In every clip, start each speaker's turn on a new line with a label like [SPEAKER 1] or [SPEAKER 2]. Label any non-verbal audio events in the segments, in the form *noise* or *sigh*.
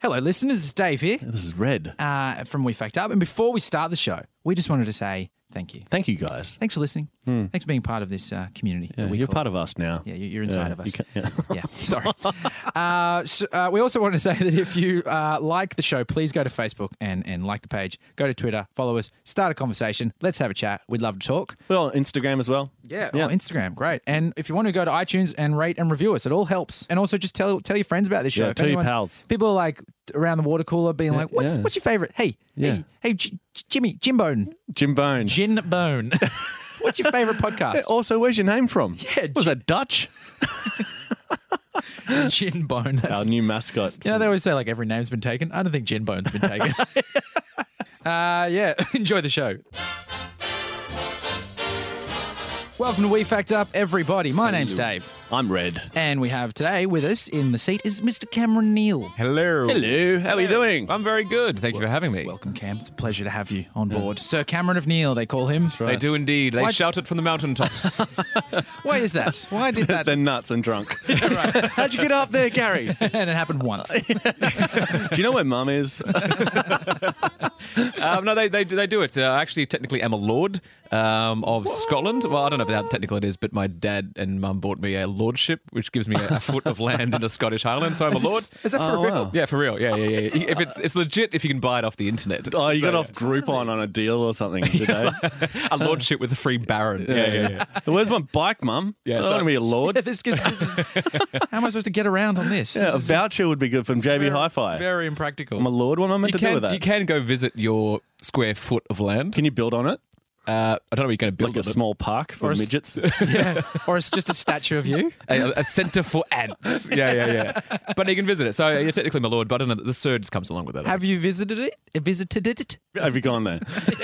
[SPEAKER 1] Hello, listeners. It's Dave here
[SPEAKER 2] This is red.
[SPEAKER 1] uh, from We Fucked Up. And before we start the show, we just wanted to say thank you.
[SPEAKER 2] Thank you guys.
[SPEAKER 1] Thanks for listening. Thanks for being part of this uh, community.
[SPEAKER 2] Hmm. Yeah,
[SPEAKER 1] that we
[SPEAKER 2] you're
[SPEAKER 1] call-
[SPEAKER 2] part of us now.
[SPEAKER 1] Yeah, you- you're inside of
[SPEAKER 2] you
[SPEAKER 1] us.
[SPEAKER 2] ca- yeah.
[SPEAKER 1] *laughs* yeah, sorry. Uh, so, uh, we also want to say that if you uh, like the show, please go to Facebook and, and like the page. Go to Twitter, follow us, start a conversation. Let's have a chat. We'd love to talk.
[SPEAKER 2] Well, Instagram as well.
[SPEAKER 1] Yeah, Oh, Instagram, great. And if you want to go to iTunes and rate and review us, it all helps. And also just tell tell your friends about this show.
[SPEAKER 2] Yeah,
[SPEAKER 1] If
[SPEAKER 2] tell your pals.
[SPEAKER 1] People are like around the water cooler being like, "What's
[SPEAKER 2] yeah.
[SPEAKER 1] what's your favorite?" Hey,
[SPEAKER 2] Yeah.
[SPEAKER 1] hey, hey, J- J- Jimmy, Jim Bone,
[SPEAKER 2] Jim Bone. *laughs*
[SPEAKER 1] Gin Bone. *laughs* what's your favorite
[SPEAKER 2] Yeah,
[SPEAKER 1] podcast?
[SPEAKER 2] Also, where's your name from?
[SPEAKER 1] Yeah,
[SPEAKER 2] was that Dutch? Oh,
[SPEAKER 1] Gin Bone. That's
[SPEAKER 2] Our new mascot.
[SPEAKER 1] Uh, You know, they always say like every name's been taken. I don't think Gin Bone's been taken.
[SPEAKER 2] *laughs*
[SPEAKER 1] *laughs* uh, yeah, *laughs* enjoy the show. Welcome to We Fact Up, everybody. My name's Dave.
[SPEAKER 2] I'm Red.
[SPEAKER 1] And we have today with us in the seat is Mr. Cameron Neal.
[SPEAKER 3] Hello.
[SPEAKER 2] Hello. How are you doing?
[SPEAKER 3] I'm very good. Thank you for having me.
[SPEAKER 1] Welcome, Cam. It's a pleasure to have you on board. Sir Cameron of Neal, they call him.
[SPEAKER 3] They do indeed. They
[SPEAKER 1] Why'd-
[SPEAKER 3] shout it from
[SPEAKER 2] *laughs*
[SPEAKER 3] the mountaintops.
[SPEAKER 1] Why is that? Why *laughs* did that?
[SPEAKER 2] They're
[SPEAKER 1] and
[SPEAKER 2] nuts and drunk. How'd you get up there, *laughs* Gary? Do
[SPEAKER 1] it happened once.
[SPEAKER 2] you know where Mum is?
[SPEAKER 3] um, no, they, they do- they do it. Uh, I actually, technically, am a lord um, of Scotland. Well, I don't know how technical it is, but my dad and mum bought me a lordship, which gives me a, a foot of land in the Scottish Highlands. So I'm a lord.
[SPEAKER 1] *laughs* Is that for
[SPEAKER 2] Oh,
[SPEAKER 1] real?
[SPEAKER 2] wow.
[SPEAKER 3] Yeah, for real. Yeah, yeah, yeah. If it's it's legit, if you can buy it off
[SPEAKER 2] *laughs*
[SPEAKER 3] the internet.
[SPEAKER 2] Oh, you
[SPEAKER 3] So,
[SPEAKER 2] got off Groupon on a deal or something today.
[SPEAKER 3] a lordship with a free baron. Yeah, yeah, yeah.
[SPEAKER 2] Where's my bike, Mum? I
[SPEAKER 3] Yeah, so-
[SPEAKER 2] don't want to be a
[SPEAKER 1] *laughs* Yeah,
[SPEAKER 2] lord.
[SPEAKER 1] *laughs* this, gives- this is, how am I supposed to get around on this?
[SPEAKER 2] Yeah,
[SPEAKER 1] This
[SPEAKER 2] a
[SPEAKER 1] is
[SPEAKER 2] voucher would be good from JB Hi-Fi.
[SPEAKER 1] very impractical.
[SPEAKER 2] I'm a lord. What am I meant to
[SPEAKER 3] You
[SPEAKER 2] do
[SPEAKER 3] can,
[SPEAKER 2] with that?
[SPEAKER 3] you can go visit your square foot of land.
[SPEAKER 2] Can you build on it?
[SPEAKER 3] Uh, I don't know what you're going to build
[SPEAKER 2] Like a
[SPEAKER 3] on it.
[SPEAKER 2] small park
[SPEAKER 1] Or
[SPEAKER 2] for
[SPEAKER 1] a s-
[SPEAKER 2] midgets?
[SPEAKER 1] Yeah. or it's just a statue of you.
[SPEAKER 3] a, a centre for ants. *laughs* Yeah, yeah, yeah. But you can visit it. So yeah, technically, my lord, but I don't know, the surge comes along with it.
[SPEAKER 1] Have you visited it? Visited it?
[SPEAKER 2] Have you gone there?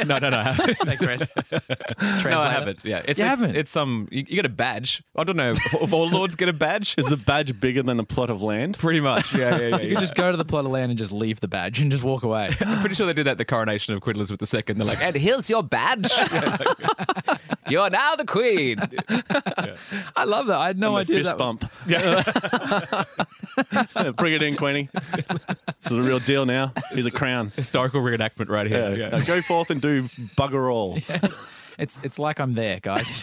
[SPEAKER 3] no, no, no. *laughs* I haven't.
[SPEAKER 1] Thanks, Red.
[SPEAKER 3] no, I haven't. Yeah, it's,
[SPEAKER 1] You
[SPEAKER 3] it's,
[SPEAKER 1] haven't?
[SPEAKER 3] It's some. You, you get a badge. I don't know. if- If all lords get a badge,
[SPEAKER 2] Is the badge bigger than a plot of land?
[SPEAKER 3] pretty much. Yeah, yeah, yeah.
[SPEAKER 1] *laughs* You could just go to the plot of land and just leave the badge and just walk
[SPEAKER 2] *laughs*
[SPEAKER 1] away.
[SPEAKER 3] I'm pretty sure they did that at the coronation of Queen Elizabeth II. They're like, and here's your badge. *laughs* Yeah, like, *laughs* You're now the queen.
[SPEAKER 1] I love that. I had no
[SPEAKER 2] The
[SPEAKER 1] idea.
[SPEAKER 2] fist
[SPEAKER 1] That was-
[SPEAKER 2] bump. *laughs* Bring it in, Queenie. This is a real deal now. Here's a crown.
[SPEAKER 3] Historical reenactment right
[SPEAKER 2] Yeah.
[SPEAKER 3] here.
[SPEAKER 2] Now Go forth and do bugger
[SPEAKER 1] *laughs*
[SPEAKER 2] all.
[SPEAKER 1] it's it's like I'm there,
[SPEAKER 2] *laughs*
[SPEAKER 1] guys.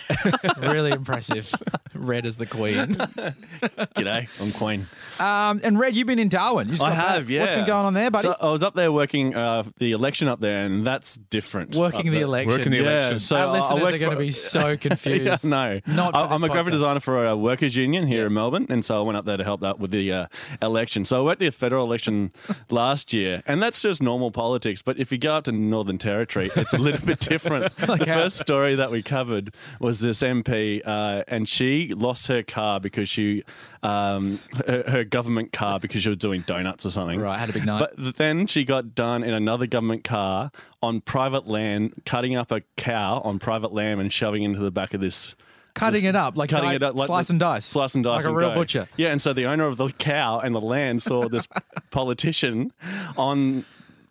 [SPEAKER 1] really impressive. Red as the queen.
[SPEAKER 2] G'day, I'm Queen.
[SPEAKER 1] Um, and Red, you've been in Darwin. You just
[SPEAKER 2] I
[SPEAKER 1] got back.
[SPEAKER 2] have, yeah.
[SPEAKER 1] What's been going on there, buddy?
[SPEAKER 2] So I was up there working uh, the election up there, and that's different. up
[SPEAKER 1] working the
[SPEAKER 2] there.
[SPEAKER 1] election.
[SPEAKER 3] Working the
[SPEAKER 2] Yeah,
[SPEAKER 3] election.
[SPEAKER 2] so
[SPEAKER 1] Our
[SPEAKER 2] I- I
[SPEAKER 1] listeners
[SPEAKER 2] worked
[SPEAKER 1] are going to
[SPEAKER 2] for- *laughs*
[SPEAKER 1] be so confused.
[SPEAKER 2] Yeah, no,
[SPEAKER 1] Not for
[SPEAKER 2] I, I'm
[SPEAKER 1] this
[SPEAKER 2] a graphic
[SPEAKER 1] podcast.
[SPEAKER 2] designer for a workers union here in Melbourne, and so I went up there to help out with the uh, election. So I worked the federal
[SPEAKER 1] *laughs*
[SPEAKER 2] election last year, and that's just normal politics. But if you go up to Northern Territory, it's a little
[SPEAKER 1] *laughs*
[SPEAKER 2] bit different. the
[SPEAKER 1] how-
[SPEAKER 2] first story that we covered was this MP, uh, and she lost her car because she, um, her, her government car, because she was doing donuts or something.
[SPEAKER 1] Right, had a big night.
[SPEAKER 2] But then she got done in another government car on private land, cutting up a cow on private land and shoving it into the back of this.
[SPEAKER 1] Cutting it up, like
[SPEAKER 2] Cutting
[SPEAKER 1] di-
[SPEAKER 2] it up like
[SPEAKER 1] slice
[SPEAKER 2] this-
[SPEAKER 1] and dice.
[SPEAKER 2] slice and dice,
[SPEAKER 1] Like a
[SPEAKER 2] and
[SPEAKER 1] real
[SPEAKER 2] go.
[SPEAKER 1] butcher.
[SPEAKER 2] Yeah, and so the owner of the cow and the land
[SPEAKER 1] *laughs*
[SPEAKER 2] saw this politician on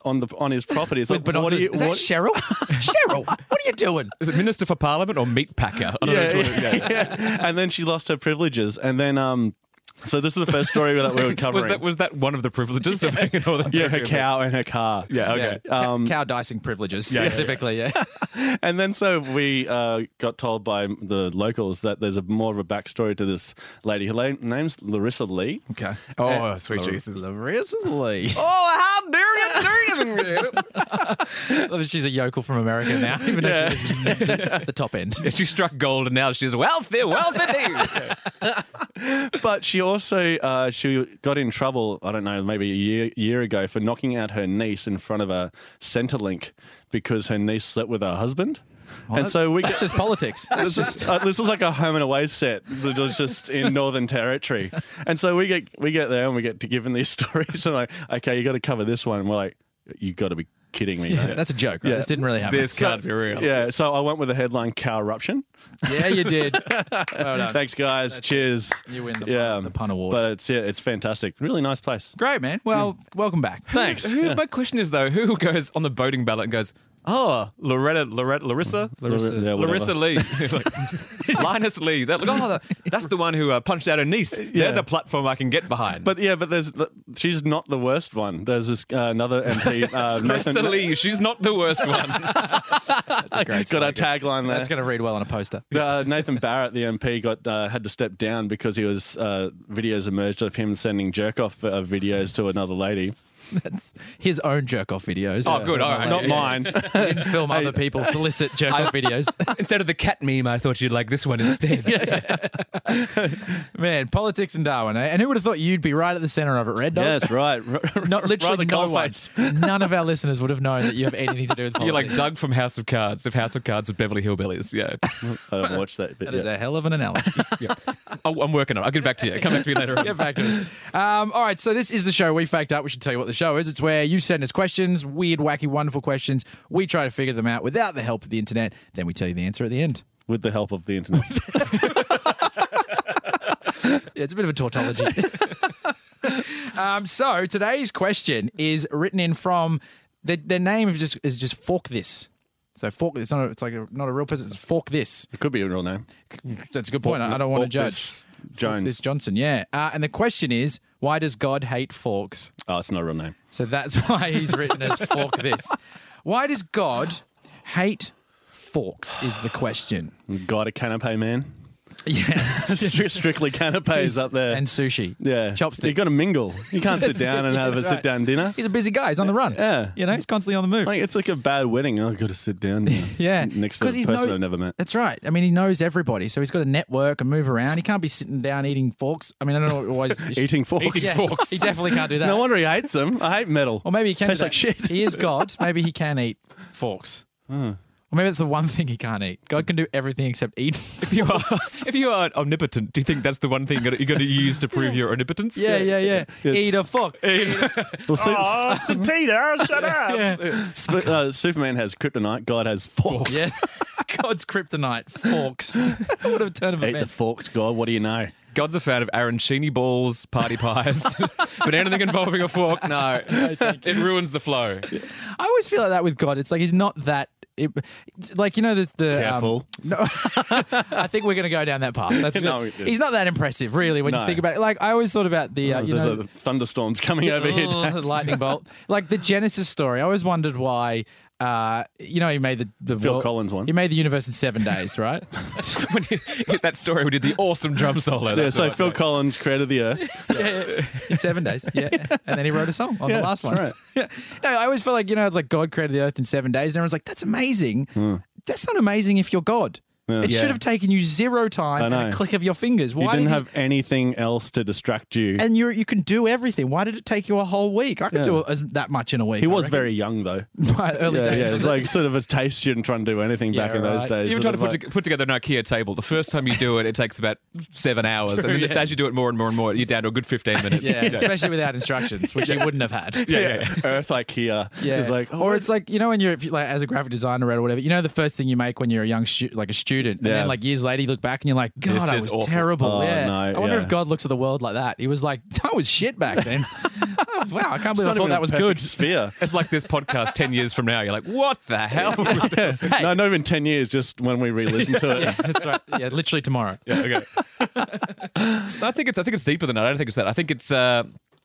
[SPEAKER 2] on the on his property. It's like,
[SPEAKER 1] But
[SPEAKER 2] what are you?
[SPEAKER 1] is that
[SPEAKER 2] what- *laughs*
[SPEAKER 1] Cheryl? Cheryl, what are you doing?
[SPEAKER 3] Is it Minister for Parliament or Meat Packer? I don't know.
[SPEAKER 2] yeah,
[SPEAKER 3] which one it-
[SPEAKER 2] yeah, yeah. *laughs* and then she lost her privileges, and then um. So this is the first story that we
[SPEAKER 1] *laughs*
[SPEAKER 2] were covering.
[SPEAKER 3] Was that, was that one of the privileges *laughs* of being an Northern
[SPEAKER 2] yeah, her
[SPEAKER 3] Territory?
[SPEAKER 2] cow and her car. Um,
[SPEAKER 3] Yeah, okay.
[SPEAKER 1] Yeah. Cow- cow dicing privileges
[SPEAKER 3] yeah, yeah.
[SPEAKER 1] specifically.
[SPEAKER 2] *laughs*
[SPEAKER 1] Yeah,
[SPEAKER 2] And then so we uh, got told by the locals that there's a more of a backstory to this lady. Her la- name's
[SPEAKER 1] *laughs*
[SPEAKER 2] Larissa Lee.
[SPEAKER 1] okay.
[SPEAKER 3] Oh, sweet
[SPEAKER 2] *laughs*
[SPEAKER 3] Jesus.
[SPEAKER 1] Seriously,
[SPEAKER 3] Oh, how dare you *laughs* do anything
[SPEAKER 1] Oh, she's a yokel from America now, *laughs* even though she lives
[SPEAKER 2] *laughs*
[SPEAKER 1] in the top end.
[SPEAKER 3] She struck gold and now she's wealthy, *laughs* wealthy.
[SPEAKER 2] But she also uh, she got in trouble. I don't know, maybe a year year ago for knocking out her niece in front of a Centrelink because her niece slept with her husband. and so we
[SPEAKER 1] That's just politics. That's
[SPEAKER 2] *laughs* This
[SPEAKER 1] just
[SPEAKER 2] is, uh, this is like a home and away set that was
[SPEAKER 1] *laughs*
[SPEAKER 2] just in Northern Territory, and so we get we get there and we get to given these *laughs* stories and like, okay, you got to cover this one. And we're like, you got to be kidding me. mate."
[SPEAKER 1] that's a joke. Right?
[SPEAKER 2] Yeah.
[SPEAKER 1] This didn't really happen.
[SPEAKER 3] This can't be real.
[SPEAKER 2] Yeah, so I went with the headline cow eruption.
[SPEAKER 1] Yeah, you
[SPEAKER 2] *laughs*
[SPEAKER 1] did.
[SPEAKER 2] Thanks, guys. Cheers.
[SPEAKER 1] You win the,
[SPEAKER 2] yeah,
[SPEAKER 1] pun, the pun award.
[SPEAKER 2] But it's yeah, it's fantastic. Really nice place.
[SPEAKER 1] Great man. Well, welcome back.
[SPEAKER 2] Thanks.
[SPEAKER 3] Who, my question is though, who goes on the voting ballot and goes, Oh, Loretta, Loretta, Larissa,
[SPEAKER 2] Larissa. Yeah, whatever.
[SPEAKER 3] Larissa Lee, Like, Linus Lee. *laughs* That, like, oh, that's the one who uh, punched out her niece. There's a platform I can get behind.
[SPEAKER 2] But yeah, but there's she's not the worst one. There's this, uh, another MP,
[SPEAKER 1] *laughs*
[SPEAKER 2] uh,
[SPEAKER 3] *laughs* Larissa
[SPEAKER 2] Nathan.
[SPEAKER 3] Lee, she's not the worst one. *laughs*
[SPEAKER 1] That's a great
[SPEAKER 2] Got
[SPEAKER 1] slogan.
[SPEAKER 2] a tagline there.
[SPEAKER 1] That's going to read well on a poster.
[SPEAKER 2] Uh, Nathan Barrett, the MP, got uh, had to step down because he was uh, videos emerged of him sending jerk off uh, videos to another lady.
[SPEAKER 1] *laughs* That's his own jerk off videos.
[SPEAKER 3] Oh, good. All right.
[SPEAKER 2] Not
[SPEAKER 1] *laughs*
[SPEAKER 3] Yeah. *laughs*
[SPEAKER 2] mine.
[SPEAKER 1] He didn't film other people solicit jerk off videos. *laughs*
[SPEAKER 3] *laughs* Instead of the cat meme, I thought you'd like this one *laughs* instead.
[SPEAKER 1] Man, politics in Darwin, eh? And who would have thought you'd be right at the center of it, Red Dog?
[SPEAKER 2] yeah, that's right.
[SPEAKER 1] *laughs* Not literally
[SPEAKER 2] Rather
[SPEAKER 1] no one.
[SPEAKER 2] cold-faced.
[SPEAKER 3] *laughs*
[SPEAKER 1] None of our listeners would have known that you have anything to do with politics.
[SPEAKER 3] You're like Doug from House of Cards, if House of Cards with Beverly Hillbillies. *laughs* Yeah.
[SPEAKER 2] *laughs* I don't watch that. But
[SPEAKER 1] That is
[SPEAKER 2] yeah.
[SPEAKER 1] a hell of an
[SPEAKER 3] *laughs*
[SPEAKER 1] analogy.
[SPEAKER 3] Oh, I'm working on it. I'll get back to you. Come back to me later on.
[SPEAKER 1] Get back to us. Um, all right, so this is the show we faked up. We should tell you what the show is. It's where you send us questions, weird, wacky, wonderful questions. We try to figure them out without the help of the internet. Then we tell you the answer at the end.
[SPEAKER 2] With the help of the internet.
[SPEAKER 1] Yeah, it's a bit of a tautology.
[SPEAKER 2] *laughs*
[SPEAKER 1] um, so today's question is written in from the, their name is just is just fork this. So fork this. It's not a, it's like a, not a real person. It's fork this.
[SPEAKER 2] it could be a real name.
[SPEAKER 1] That's a good point. I I don't want to
[SPEAKER 2] Fork
[SPEAKER 1] judge.
[SPEAKER 2] this
[SPEAKER 1] Fork
[SPEAKER 2] Jones.
[SPEAKER 1] This Johnson, yeah. Uh, and the question is, why does God hate forks?
[SPEAKER 2] Oh, it's not a real name.
[SPEAKER 1] So that's *laughs* why he's written as fork this. Why does God hate forks? Is the
[SPEAKER 2] *laughs*
[SPEAKER 1] question.
[SPEAKER 2] Got a
[SPEAKER 1] *laughs*
[SPEAKER 2] canape man.
[SPEAKER 1] Yes.
[SPEAKER 2] Stri- Strictly canapes up there.
[SPEAKER 1] and sushi.
[SPEAKER 2] yeah,
[SPEAKER 1] Chopsticks.
[SPEAKER 2] You got to mingle.
[SPEAKER 1] *laughs*
[SPEAKER 2] You can't sit down and
[SPEAKER 1] yeah,
[SPEAKER 2] have a
[SPEAKER 1] that's right.
[SPEAKER 2] sit down dinner.
[SPEAKER 1] He's a busy guy. He's on the run.
[SPEAKER 2] Yeah.
[SPEAKER 1] You know, he's constantly on the move.
[SPEAKER 2] Like it's like a bad wedding. Oh, I've got to sit down. now.
[SPEAKER 1] *laughs* Yeah,
[SPEAKER 2] next to the
[SPEAKER 1] 'cause he's
[SPEAKER 2] person
[SPEAKER 1] no-
[SPEAKER 2] I've never met.
[SPEAKER 1] That's right. I mean, he knows everybody, so he's got to network and move around. He can't be sitting down eating forks. I mean, I don't know why
[SPEAKER 2] *laughs*
[SPEAKER 1] he's
[SPEAKER 2] Eating
[SPEAKER 1] *laughs*
[SPEAKER 2] forks.
[SPEAKER 1] Yeah,
[SPEAKER 3] forks.
[SPEAKER 1] He definitely can't do that.
[SPEAKER 2] No wonder he hates them. I hate metal.
[SPEAKER 1] or maybe he can. do
[SPEAKER 2] Tastes like
[SPEAKER 1] that. *laughs*
[SPEAKER 2] shit. Hmm.
[SPEAKER 1] He is God.
[SPEAKER 2] *laughs*
[SPEAKER 1] Maybe he can eat forks. Or maybe it's the one thing he can't eat. God can do everything except
[SPEAKER 2] *laughs*
[SPEAKER 1] eat.
[SPEAKER 3] If *laughs* you are if you are omnipotent, do you think that's the one thing you're going to use to prove your
[SPEAKER 1] *laughs*
[SPEAKER 3] omnipotence?
[SPEAKER 1] yeah,
[SPEAKER 3] *laughs*
[SPEAKER 1] yeah, yeah.
[SPEAKER 2] It's-
[SPEAKER 1] Eat a fork. Oh,
[SPEAKER 2] Well, Su-
[SPEAKER 4] St.
[SPEAKER 1] *laughs*
[SPEAKER 4] Peter, shut up.
[SPEAKER 2] Sp- uh, Superman has kryptonite. God has forks.
[SPEAKER 1] Yeah. *laughs* God's kryptonite
[SPEAKER 2] *laughs*
[SPEAKER 1] forks. *laughs* what a turn of
[SPEAKER 2] Hate the
[SPEAKER 1] events.
[SPEAKER 2] forks, God. What do you know?
[SPEAKER 3] God's a fan of arancini balls,
[SPEAKER 1] *laughs*
[SPEAKER 3] party pies, *laughs* but anything involving a fork, no, it ruins the flow. *laughs*
[SPEAKER 1] I always feel like that with God. It's like he's not that. It, like you know the, the
[SPEAKER 2] Careful.
[SPEAKER 1] Um, *laughs* no, I think we're going to go down that path. That's
[SPEAKER 2] *laughs* No, we didn't.
[SPEAKER 1] he's not that impressive, really. When you
[SPEAKER 2] No.
[SPEAKER 1] think about it, like I always thought about the uh, you
[SPEAKER 2] There's
[SPEAKER 1] know
[SPEAKER 2] *laughs* a thunderstorms coming
[SPEAKER 1] *laughs*
[SPEAKER 2] over here.
[SPEAKER 1] Ugh, the lightning bolt. Like the Genesis story. I always wondered why. Uh, you know, he made the, the
[SPEAKER 2] Phil
[SPEAKER 1] world-
[SPEAKER 2] Collins one.
[SPEAKER 1] He made the universe in seven days,
[SPEAKER 2] *laughs*
[SPEAKER 1] right?
[SPEAKER 3] when you get that story, we did the awesome drum solo.
[SPEAKER 2] Yeah,
[SPEAKER 3] That's
[SPEAKER 2] so
[SPEAKER 3] the one.
[SPEAKER 2] Phil Collins created the Earth.
[SPEAKER 1] in seven days.
[SPEAKER 2] *laughs*
[SPEAKER 1] Yeah. And then he wrote a song on the last one.
[SPEAKER 2] right.
[SPEAKER 1] *laughs* Yeah. No, I always felt like, you know, it's like God created the earth in seven days. And everyone's like, that's amazing. That's not amazing if you're God. It
[SPEAKER 2] Hmm. Yeah.
[SPEAKER 1] should have taken you zero time
[SPEAKER 2] I
[SPEAKER 1] and a
[SPEAKER 2] know.
[SPEAKER 1] click of your fingers. Why
[SPEAKER 2] You didn't
[SPEAKER 1] did
[SPEAKER 2] have anything else to distract you.
[SPEAKER 1] you, and you you can do everything. Why did it take you a whole week? I could
[SPEAKER 2] Yeah.
[SPEAKER 1] do as, that much in a week.
[SPEAKER 2] He
[SPEAKER 1] I
[SPEAKER 2] was
[SPEAKER 1] reckon.
[SPEAKER 2] very
[SPEAKER 1] *laughs*
[SPEAKER 2] young though.
[SPEAKER 1] my early
[SPEAKER 2] Yeah,
[SPEAKER 1] days.
[SPEAKER 2] yeah.
[SPEAKER 1] was
[SPEAKER 2] It's
[SPEAKER 1] it?
[SPEAKER 2] like sort of a taste student trying to do anything
[SPEAKER 1] Yeah,
[SPEAKER 2] back in
[SPEAKER 1] right.
[SPEAKER 2] those days.
[SPEAKER 3] Even
[SPEAKER 2] Sort
[SPEAKER 3] trying to
[SPEAKER 2] of
[SPEAKER 3] put,
[SPEAKER 2] like-
[SPEAKER 3] to- put together an IKEA table. The first time you do it, it takes about seven hours,
[SPEAKER 1] True,
[SPEAKER 3] and then
[SPEAKER 1] yeah.
[SPEAKER 3] as you do it more and more and more, you're down to a good fifteen
[SPEAKER 2] *laughs*
[SPEAKER 3] minutes.
[SPEAKER 1] yeah, especially without instructions, which you wouldn't have had.
[SPEAKER 3] yeah, yeah.
[SPEAKER 2] Earth IKEA. *laughs*
[SPEAKER 1] Yeah,
[SPEAKER 2] It's like, oh,
[SPEAKER 1] or it's like you know when you're if you, like as a graphic designer or whatever, you know the first thing you make when you're a young stu- like a student, and
[SPEAKER 2] Yeah.
[SPEAKER 1] then like years later you look back and you're like, God,
[SPEAKER 3] This
[SPEAKER 1] I
[SPEAKER 3] is
[SPEAKER 1] was
[SPEAKER 3] awful.
[SPEAKER 1] terrible.
[SPEAKER 2] Oh,
[SPEAKER 1] yeah,
[SPEAKER 2] no,
[SPEAKER 1] I wonder if
[SPEAKER 2] yeah.
[SPEAKER 1] God looks at the world like that. He was like, *laughs* I was shit back then. Oh, wow, I can't believe I thought that was good. *laughs*
[SPEAKER 2] *laughs* Sphere.
[SPEAKER 3] *laughs* It's like this podcast ten years from now. You're like, what the hell?
[SPEAKER 2] *laughs* No, not even ten years. Just when we re-listen to it.
[SPEAKER 1] yeah, that's right. Yeah, literally tomorrow.
[SPEAKER 3] I think it's I think it's deeper than that. I don't think it's that. I think it's uh,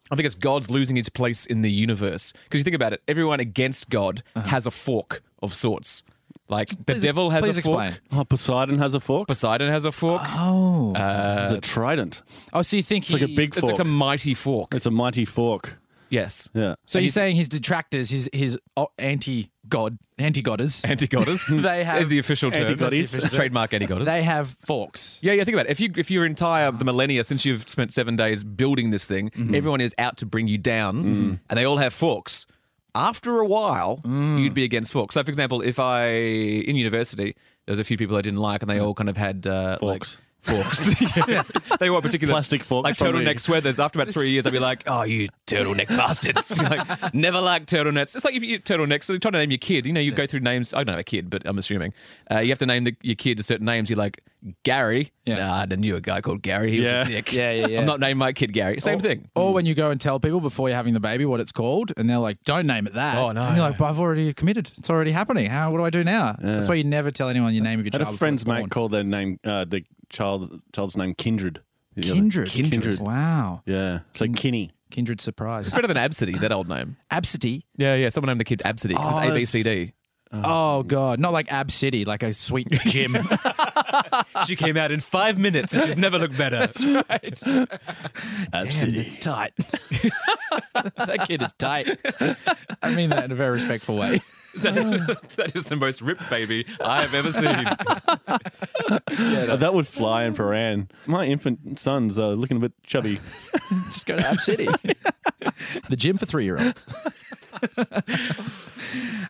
[SPEAKER 3] I think it's God's losing his place in the universe. Because you think about it, everyone against God has a fork of sorts. Like the
[SPEAKER 1] Uh-huh. Please-
[SPEAKER 3] devil has
[SPEAKER 1] please
[SPEAKER 3] a fork.
[SPEAKER 1] explain.
[SPEAKER 2] Oh, Poseidon has a fork.
[SPEAKER 3] Poseidon has a fork.
[SPEAKER 1] Oh,
[SPEAKER 2] it's a trident.
[SPEAKER 1] oh, so you think it's
[SPEAKER 2] like a big
[SPEAKER 3] it's, it's a
[SPEAKER 2] fork.
[SPEAKER 3] mighty fork.
[SPEAKER 2] It's a mighty fork.
[SPEAKER 3] Yes.
[SPEAKER 2] Yeah.
[SPEAKER 1] So you're saying his detractors, his his oh, anti god, anti godders,
[SPEAKER 3] Anti-goddess.
[SPEAKER 1] *laughs* They have-
[SPEAKER 3] is the official term.
[SPEAKER 2] Anti-goddies.
[SPEAKER 3] That's the official term. Trademark anti-goddess.
[SPEAKER 1] they have forks.
[SPEAKER 3] yeah, yeah. Think about it. If you if your entire the millennia since you've spent seven days building this thing,
[SPEAKER 2] Mm-hmm.
[SPEAKER 3] everyone is out to bring you down,
[SPEAKER 2] Mm.
[SPEAKER 3] and they all have forks. After a while,
[SPEAKER 2] Mm.
[SPEAKER 3] you'd be against forks. So, for example, if I in university, there was a few people I didn't like, and they all kind of had uh,
[SPEAKER 2] Forks.
[SPEAKER 3] Like, forks. *laughs* Yeah. they were particular
[SPEAKER 2] Plastic forks
[SPEAKER 3] like
[SPEAKER 2] from the-
[SPEAKER 3] turtleneck sweaters. After about three years, I'd be like, "Oh, you turtleneck bastards. *laughs* like, never liked turtlenecks. It's like if you eat turtlenecks, so you're trying to name your kid. You know, you go through names. I don't have a kid, but I'm assuming uh, you have to name the, your kid to certain names. You're like Gary.
[SPEAKER 1] Yeah.
[SPEAKER 3] Nah, I knew a guy called Gary. He
[SPEAKER 2] Yeah.
[SPEAKER 3] was a dick.
[SPEAKER 1] Yeah, yeah, yeah.
[SPEAKER 3] I'm not naming my kid Gary. Same
[SPEAKER 1] or,
[SPEAKER 3] thing.
[SPEAKER 2] Mm.
[SPEAKER 1] Or when you go and tell people before you're having the baby what it's called, and they're like, "Don't name it that."
[SPEAKER 3] Oh, no.
[SPEAKER 1] And you're like, "But I've already committed. It's already happening. How? What do I do now?" That's why you never tell anyone your name of your
[SPEAKER 2] I
[SPEAKER 1] child.
[SPEAKER 2] had a
[SPEAKER 1] before
[SPEAKER 2] friend's
[SPEAKER 1] it's born.
[SPEAKER 2] mate call their name, uh, the child child's name Kindred. The other-
[SPEAKER 1] Kindred.
[SPEAKER 2] Kindred.
[SPEAKER 1] Wow.
[SPEAKER 2] Yeah. It's like Kinney.
[SPEAKER 1] Kindred surprise.
[SPEAKER 3] It's better than Absidy, that old name.
[SPEAKER 1] Absidy.
[SPEAKER 3] Yeah, yeah. Someone named the kid Absidy 'cause
[SPEAKER 2] Oh, it's-
[SPEAKER 3] it's ABCD.
[SPEAKER 2] Uh-huh.
[SPEAKER 1] Oh, god, not like Ab City, like a
[SPEAKER 2] *laughs*
[SPEAKER 1] sweet gym.
[SPEAKER 3] *laughs* she came out in five minutes and she's never looked better. That's right.
[SPEAKER 1] Damn, it's tight. *laughs* that kid is tight. I mean that in a very respectful way.
[SPEAKER 3] *laughs*
[SPEAKER 1] *laughs*
[SPEAKER 3] that is the most ripped baby I have ever *laughs* seen.
[SPEAKER 2] Uh, that would fly in Paran. My infant son's uh, looking a bit
[SPEAKER 1] *laughs*
[SPEAKER 2] chubby.
[SPEAKER 1] Just go to Ab
[SPEAKER 2] *laughs*
[SPEAKER 1] City, the gym for three-year-olds.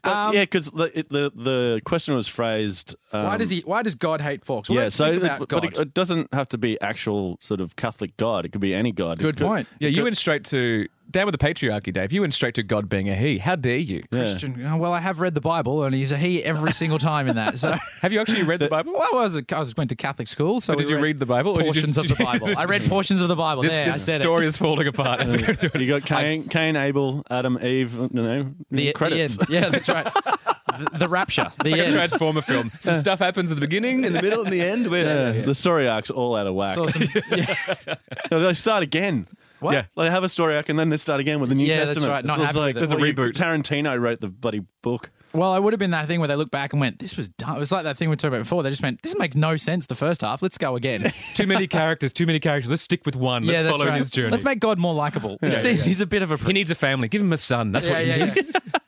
[SPEAKER 2] But yeah, because the, it- the the question was phrased. Um,
[SPEAKER 1] Um, Why does he? Why does God hate forks? Well,
[SPEAKER 2] Yeah,
[SPEAKER 1] let's
[SPEAKER 2] so
[SPEAKER 1] think
[SPEAKER 2] it-
[SPEAKER 1] about
[SPEAKER 2] but
[SPEAKER 1] God.
[SPEAKER 2] it, it doesn't have to be actual sort of Catholic God. It could be any God. It
[SPEAKER 1] Good
[SPEAKER 2] could-
[SPEAKER 1] point.
[SPEAKER 3] Yeah, you went straight to down with the patriarchy, Dave. You went straight to God being a he. How dare you?
[SPEAKER 1] Christian. oh, Well, I have read the Bible, and he's a he every single time in that. So.
[SPEAKER 3] *laughs* Have you actually read the Bible?
[SPEAKER 1] Well, I was, I was went to Catholic school, so
[SPEAKER 3] But
[SPEAKER 1] we
[SPEAKER 3] did you read the Bible, or did you
[SPEAKER 1] Portions
[SPEAKER 3] just-
[SPEAKER 1] of the Bible. I
[SPEAKER 3] *laughs*
[SPEAKER 1] read portions of the Bible.
[SPEAKER 3] This,
[SPEAKER 1] there, I
[SPEAKER 3] this
[SPEAKER 1] said
[SPEAKER 3] story is
[SPEAKER 1] *laughs*
[SPEAKER 3] falling apart.
[SPEAKER 2] *laughs* You got Cain, Cain, Abel, Adam, Eve. You know,
[SPEAKER 1] it. The, *laughs*
[SPEAKER 2] credits.
[SPEAKER 1] the end. Yeah, that's right. the, the rapture. The
[SPEAKER 3] like a
[SPEAKER 1] end.
[SPEAKER 3] Transformer film. Some stuff happens at the beginning, in the middle, and the end. Where,
[SPEAKER 2] Yeah, The story arc's all out of
[SPEAKER 1] *laughs*
[SPEAKER 2] whack.
[SPEAKER 1] Saw
[SPEAKER 3] *laughs*
[SPEAKER 1] some- yeah,
[SPEAKER 2] *laughs* No, they start again.
[SPEAKER 1] What?
[SPEAKER 2] Yeah, they have a story arc and then they start again with the New
[SPEAKER 1] Yeah, that's
[SPEAKER 2] Testament.
[SPEAKER 1] right.
[SPEAKER 2] It's
[SPEAKER 1] Not
[SPEAKER 2] almost
[SPEAKER 1] happy
[SPEAKER 2] like
[SPEAKER 1] with
[SPEAKER 3] it.
[SPEAKER 2] well, you-
[SPEAKER 3] There's a reboot.
[SPEAKER 2] Tarantino wrote the bloody book.
[SPEAKER 1] well, I would have been that thing where they look back and went, "This was dumb." It was like that thing we talked about before. They just went, "This makes no sense." The first half. Let's go again.
[SPEAKER 3] Too many characters, too many characters. Let's stick with one.
[SPEAKER 1] yeah,
[SPEAKER 3] Let's
[SPEAKER 1] that's
[SPEAKER 3] follow
[SPEAKER 1] right.
[SPEAKER 3] his journey.
[SPEAKER 1] Let's make God more likable. You see, He's a bit of a.
[SPEAKER 3] he needs a family. Give him a son. That's
[SPEAKER 1] yeah,
[SPEAKER 3] what he
[SPEAKER 1] yeah,
[SPEAKER 3] needs.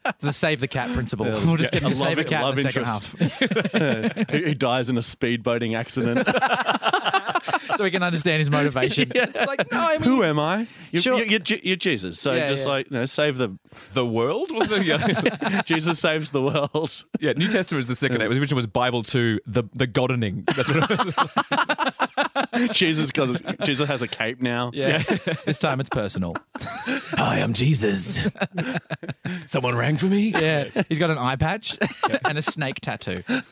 [SPEAKER 1] yeah.
[SPEAKER 3] *laughs*
[SPEAKER 1] the save the cat principle. we'll just get him
[SPEAKER 2] I
[SPEAKER 1] to save
[SPEAKER 2] love
[SPEAKER 1] a
[SPEAKER 2] it.
[SPEAKER 1] cat
[SPEAKER 2] Love
[SPEAKER 1] in the second
[SPEAKER 2] interest.
[SPEAKER 1] half,
[SPEAKER 2] *laughs* who, who dies in a speedboating accident.
[SPEAKER 1] *laughs* so we can understand his
[SPEAKER 3] *laughs*
[SPEAKER 1] motivation. It's like, no, I mean,
[SPEAKER 2] Who am I? You're,
[SPEAKER 1] Sure.
[SPEAKER 2] you're, you're, you're Jesus. So
[SPEAKER 1] Yeah,
[SPEAKER 2] just
[SPEAKER 1] yeah.
[SPEAKER 2] like, you know, save the. *laughs*
[SPEAKER 3] The world? Was
[SPEAKER 1] *laughs*
[SPEAKER 3] it? Yeah.
[SPEAKER 2] Jesus saves the world. *laughs*
[SPEAKER 3] yeah, New Testament is the second. It was original was Bible two, the the Goddening. That's what it was.
[SPEAKER 2] Jesus, goes- Jesus has a cape now.
[SPEAKER 1] *laughs* Yeah. this time it's
[SPEAKER 3] *laughs*
[SPEAKER 1] personal.
[SPEAKER 3] Hi, I'm *laughs* Jesus. Someone rang for me.
[SPEAKER 1] Yeah. He's got an eye patch and a snake tattoo.
[SPEAKER 3] I'm,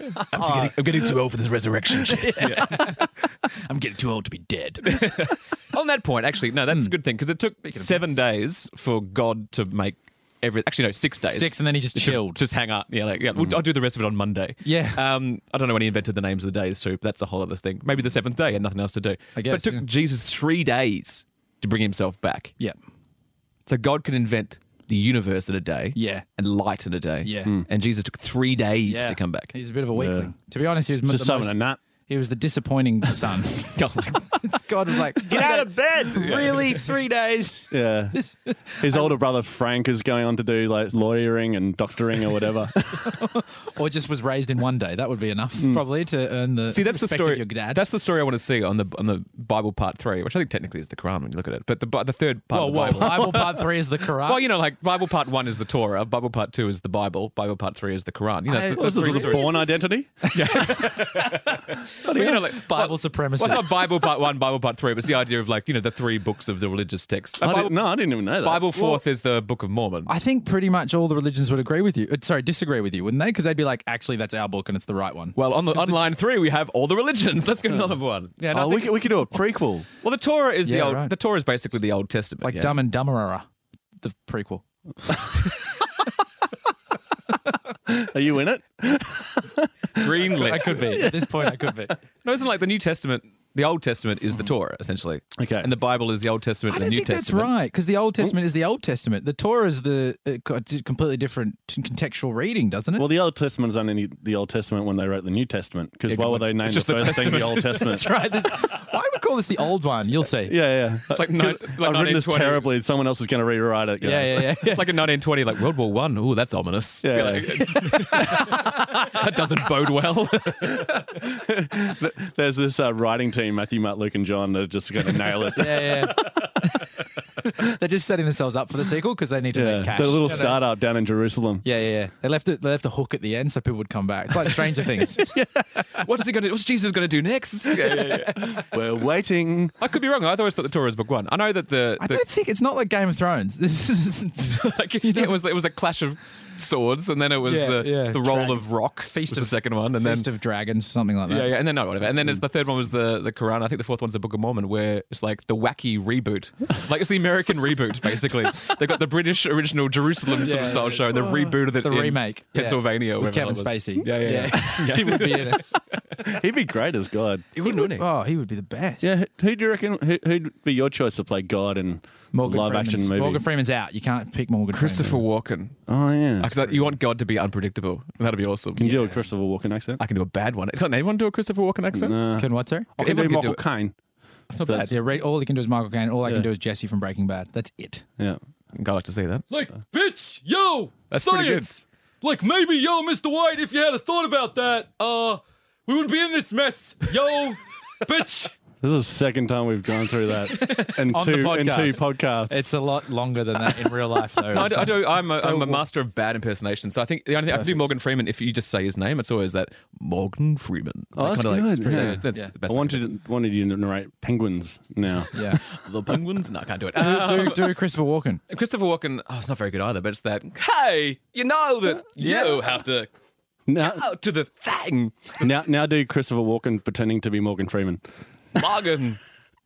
[SPEAKER 3] getting, I'm getting too old for this
[SPEAKER 1] *laughs*
[SPEAKER 3] resurrection shit.
[SPEAKER 1] I'm getting too old to be dead.
[SPEAKER 3] *laughs* On that point, actually, no,
[SPEAKER 1] Hmm.
[SPEAKER 3] that's a good thing because it took seven days for God to make every. Actually, no, six days.
[SPEAKER 1] Six and then he just
[SPEAKER 3] To
[SPEAKER 1] chilled.
[SPEAKER 3] *laughs*
[SPEAKER 1] Hmm.
[SPEAKER 3] Just hang up. Yeah, like yeah. we'll I'll do the rest of it on Monday.
[SPEAKER 1] Yeah.
[SPEAKER 3] Um, I don't know when he invented the names of the days, so that's a whole other thing. Maybe the seventh day and nothing else to do.
[SPEAKER 1] I guess,
[SPEAKER 3] But it took
[SPEAKER 1] yeah.
[SPEAKER 3] Jesus three days to bring himself back.
[SPEAKER 1] Yeah.
[SPEAKER 3] So God can invent the universe in a day.
[SPEAKER 1] Yeah.
[SPEAKER 3] And light in a day.
[SPEAKER 1] Yeah. Mm.
[SPEAKER 3] And Jesus took three days
[SPEAKER 1] Yeah.
[SPEAKER 3] to come back.
[SPEAKER 1] He's a bit of a weakling. To be honest, he was
[SPEAKER 2] Just
[SPEAKER 1] the
[SPEAKER 2] summon
[SPEAKER 1] most,
[SPEAKER 2] a nut.
[SPEAKER 1] he was the disappointing
[SPEAKER 3] *laughs*
[SPEAKER 1] son. *laughs*
[SPEAKER 3] Oh my *laughs* God.
[SPEAKER 1] It's- God was
[SPEAKER 3] *laughs*
[SPEAKER 1] like,
[SPEAKER 4] Get out of bed.
[SPEAKER 1] really? Three days?
[SPEAKER 2] Yeah. His older brother Frank is going on to do like lawyering and doctoring or whatever.
[SPEAKER 1] *laughs* Or just was raised in one day. That would be enough,
[SPEAKER 2] Hmm.
[SPEAKER 1] probably, to earn the
[SPEAKER 3] See, that's the
[SPEAKER 1] respect
[SPEAKER 3] story.
[SPEAKER 1] of your dad.
[SPEAKER 3] That's the story I want to see on the on the Bible part three, which I think technically is the Quran when you look at it. But the bi- the third part of the Bible.
[SPEAKER 1] Bible part three
[SPEAKER 3] *laughs*
[SPEAKER 1] is the Quran.
[SPEAKER 3] Well, you know, like Bible part one is the Torah, Bible part two is the Bible, Bible part three is the Quran. You know, it's the,
[SPEAKER 2] This
[SPEAKER 3] the three
[SPEAKER 2] is the
[SPEAKER 3] stories.
[SPEAKER 2] born identity.
[SPEAKER 3] But, you know, like
[SPEAKER 1] Bible
[SPEAKER 3] well,
[SPEAKER 1] supremacy.
[SPEAKER 3] Well, it's not Bible part one, Bible part three, but it's the idea of like you know the three books of the religious text. Like,
[SPEAKER 2] I
[SPEAKER 3] Bible,
[SPEAKER 2] didn't, no, I didn't even know that.
[SPEAKER 3] Bible fourth is the Book of Mormon.
[SPEAKER 1] I think pretty much all the religions would agree with you. uh, Sorry, disagree with you, wouldn't they? Because they'd be like, actually, that's our book and it's the right one.
[SPEAKER 3] well, on the on line three, we have all the religions. Let's go to another one. Yeah, no, I
[SPEAKER 2] Oh, we,
[SPEAKER 3] think
[SPEAKER 2] could,
[SPEAKER 3] it's-
[SPEAKER 2] we could do a prequel.
[SPEAKER 3] well, the Torah is the
[SPEAKER 1] Yeah,
[SPEAKER 3] old.
[SPEAKER 1] right.
[SPEAKER 3] The Torah is basically the Old Testament.
[SPEAKER 1] Like
[SPEAKER 3] yeah.
[SPEAKER 1] Dumb and Dumberer, the prequel.
[SPEAKER 2] Are you in it?
[SPEAKER 1] *laughs*
[SPEAKER 3] green
[SPEAKER 1] I could be. At this point, I could be.
[SPEAKER 3] No, isn't it like the New Testament? The Old Testament is the Torah, essentially.
[SPEAKER 2] Okay.
[SPEAKER 3] And the Bible is the Old
[SPEAKER 1] I
[SPEAKER 3] Testament and
[SPEAKER 1] don't
[SPEAKER 3] the New
[SPEAKER 1] think that's
[SPEAKER 3] Testament.
[SPEAKER 1] right because the Old Testament is the Old Testament. The Torah is the uh, co- t- completely different t- contextual reading, doesn't it?
[SPEAKER 2] Well, the Old Testament's only the Old Testament when they wrote the New Testament. Because why
[SPEAKER 3] good
[SPEAKER 2] would
[SPEAKER 3] one.
[SPEAKER 2] they name
[SPEAKER 3] It's
[SPEAKER 2] the
[SPEAKER 3] just the
[SPEAKER 2] first thing the
[SPEAKER 3] Testament.
[SPEAKER 1] *laughs*
[SPEAKER 2] Old Testament?
[SPEAKER 1] right. This, why would we call this the old one? You'll see.
[SPEAKER 2] Yeah, yeah. It's
[SPEAKER 3] like nine-
[SPEAKER 2] I've
[SPEAKER 3] like
[SPEAKER 2] written this
[SPEAKER 3] 1920.
[SPEAKER 2] terribly. Someone else is going to rewrite it.
[SPEAKER 1] yeah,
[SPEAKER 2] guys.
[SPEAKER 1] yeah, yeah.
[SPEAKER 3] It's like in 1920, like World War One. Ooh, that's ominous.
[SPEAKER 2] Yeah. *laughs*
[SPEAKER 3] That doesn't bode *laughs* well.
[SPEAKER 2] There's this uh, writing team, Matthew, Matt, Luke, and John. They're just going to nail it.
[SPEAKER 1] yeah, *laughs* yeah. They're just setting themselves up for the sequel because they need to
[SPEAKER 2] Yeah,
[SPEAKER 1] make cash.
[SPEAKER 2] the
[SPEAKER 1] Yeah,
[SPEAKER 2] little
[SPEAKER 1] they-
[SPEAKER 2] startup down in Jerusalem.
[SPEAKER 1] Yeah, yeah, yeah. They left it. They left a hook at the end so people would come back. It's like Stranger Things.
[SPEAKER 3] What's he going to? What's Jesus going to do next? Yeah, yeah, yeah.
[SPEAKER 2] We're waiting.
[SPEAKER 3] I could be wrong. I always thought the Torah's book one. I know that the,
[SPEAKER 1] I
[SPEAKER 3] the
[SPEAKER 1] don't think it's not like Game of Thrones. *laughs* This is
[SPEAKER 3] *laughs* like, it was it was a clash of swords, and then it was
[SPEAKER 1] Yeah,
[SPEAKER 3] the
[SPEAKER 1] yeah.
[SPEAKER 3] the roll
[SPEAKER 1] Dragon.
[SPEAKER 3] of rock feast was
[SPEAKER 1] of-
[SPEAKER 3] the second one, and
[SPEAKER 1] Feast
[SPEAKER 3] then.
[SPEAKER 1] of Dragons, something like that.
[SPEAKER 3] yeah, yeah, and then no, whatever. And then it's the third one was the the Quran. I think the fourth one's the Book of Mormon, where it's like the wacky reboot, like it's the American reboot, basically. They've got the British original Jerusalem sort
[SPEAKER 1] Yeah,
[SPEAKER 3] of style
[SPEAKER 1] yeah.
[SPEAKER 3] show, and they've rebooted it,
[SPEAKER 1] The
[SPEAKER 3] in
[SPEAKER 1] remake. Yeah.
[SPEAKER 3] Pennsylvania,
[SPEAKER 1] With Kevin
[SPEAKER 3] wherever that was.
[SPEAKER 1] Spacey.
[SPEAKER 3] Yeah, yeah,
[SPEAKER 1] *laughs*
[SPEAKER 3] yeah.
[SPEAKER 1] he would be in it.
[SPEAKER 2] He'd be great as God.
[SPEAKER 3] He wouldn't, wouldn't he?
[SPEAKER 1] Oh, he would be the best.
[SPEAKER 2] Yeah, who- who do you reckon? Who, who'd be your choice to play God in
[SPEAKER 1] Morgan
[SPEAKER 2] live action
[SPEAKER 1] Freeman's-
[SPEAKER 2] movie?
[SPEAKER 1] Morgan Freeman's out. You can't pick Morgan.
[SPEAKER 3] *laughs* Christopher Walken.
[SPEAKER 2] oh yeah,
[SPEAKER 3] Because you want God to be unpredictable. That'd be awesome.
[SPEAKER 2] can you do a Christopher Walken accent?
[SPEAKER 3] I can do a bad one. Can anyone do a Christopher Walken accent?
[SPEAKER 2] No.
[SPEAKER 1] Freeman. *laughs* Can what, sir?
[SPEAKER 2] I can do
[SPEAKER 3] everyone
[SPEAKER 2] Michael
[SPEAKER 3] could do
[SPEAKER 2] Caine.
[SPEAKER 3] That's not
[SPEAKER 1] Yeah,
[SPEAKER 3] bad.
[SPEAKER 1] re- all he can do is Michael Caine. All I
[SPEAKER 2] Yeah.
[SPEAKER 1] can do is Jesse from Breaking Bad. That's it.
[SPEAKER 2] Yeah.
[SPEAKER 3] God, I like to see that.
[SPEAKER 5] Like, bitch, yo,
[SPEAKER 3] That's pretty good.
[SPEAKER 5] science. Like, maybe, yo, Mr. White, if you had a thought about that, uh, we wouldn't be in this mess.
[SPEAKER 3] *laughs*
[SPEAKER 5] Yo, bitch.
[SPEAKER 2] This is the second time we've gone through that and
[SPEAKER 1] On the
[SPEAKER 2] two and two
[SPEAKER 1] podcast.
[SPEAKER 2] podcasts.
[SPEAKER 1] It's a lot longer than that in real life, though.
[SPEAKER 3] *laughs*
[SPEAKER 1] Oh.
[SPEAKER 3] I do, I do, I'm, a, I'm a master of bad impersonation, so I think the only thing I can do Morgan Freeman. If you just say his name, it's always that Morgan Freeman.
[SPEAKER 2] Oh,
[SPEAKER 3] Like,
[SPEAKER 2] that's
[SPEAKER 3] kinda like-
[SPEAKER 2] good,
[SPEAKER 3] pretty
[SPEAKER 2] yeah.
[SPEAKER 3] That's
[SPEAKER 1] Yeah.
[SPEAKER 3] the best.
[SPEAKER 2] I
[SPEAKER 3] I can do.
[SPEAKER 2] wanted wanted you to narrate penguins now.
[SPEAKER 1] *laughs* Yeah.
[SPEAKER 3] the penguins. No, I can't do it.
[SPEAKER 1] Do, *laughs*
[SPEAKER 3] Uh,
[SPEAKER 1] do, do Christopher Walken.
[SPEAKER 3] Christopher Walken. Oh, it's not very good either. But it's that. Hey, you know that you have to
[SPEAKER 2] *laughs* Now,
[SPEAKER 3] go to the thing,
[SPEAKER 2] now, now do Christopher Walken pretending to be Morgan Freeman.
[SPEAKER 3] Morgan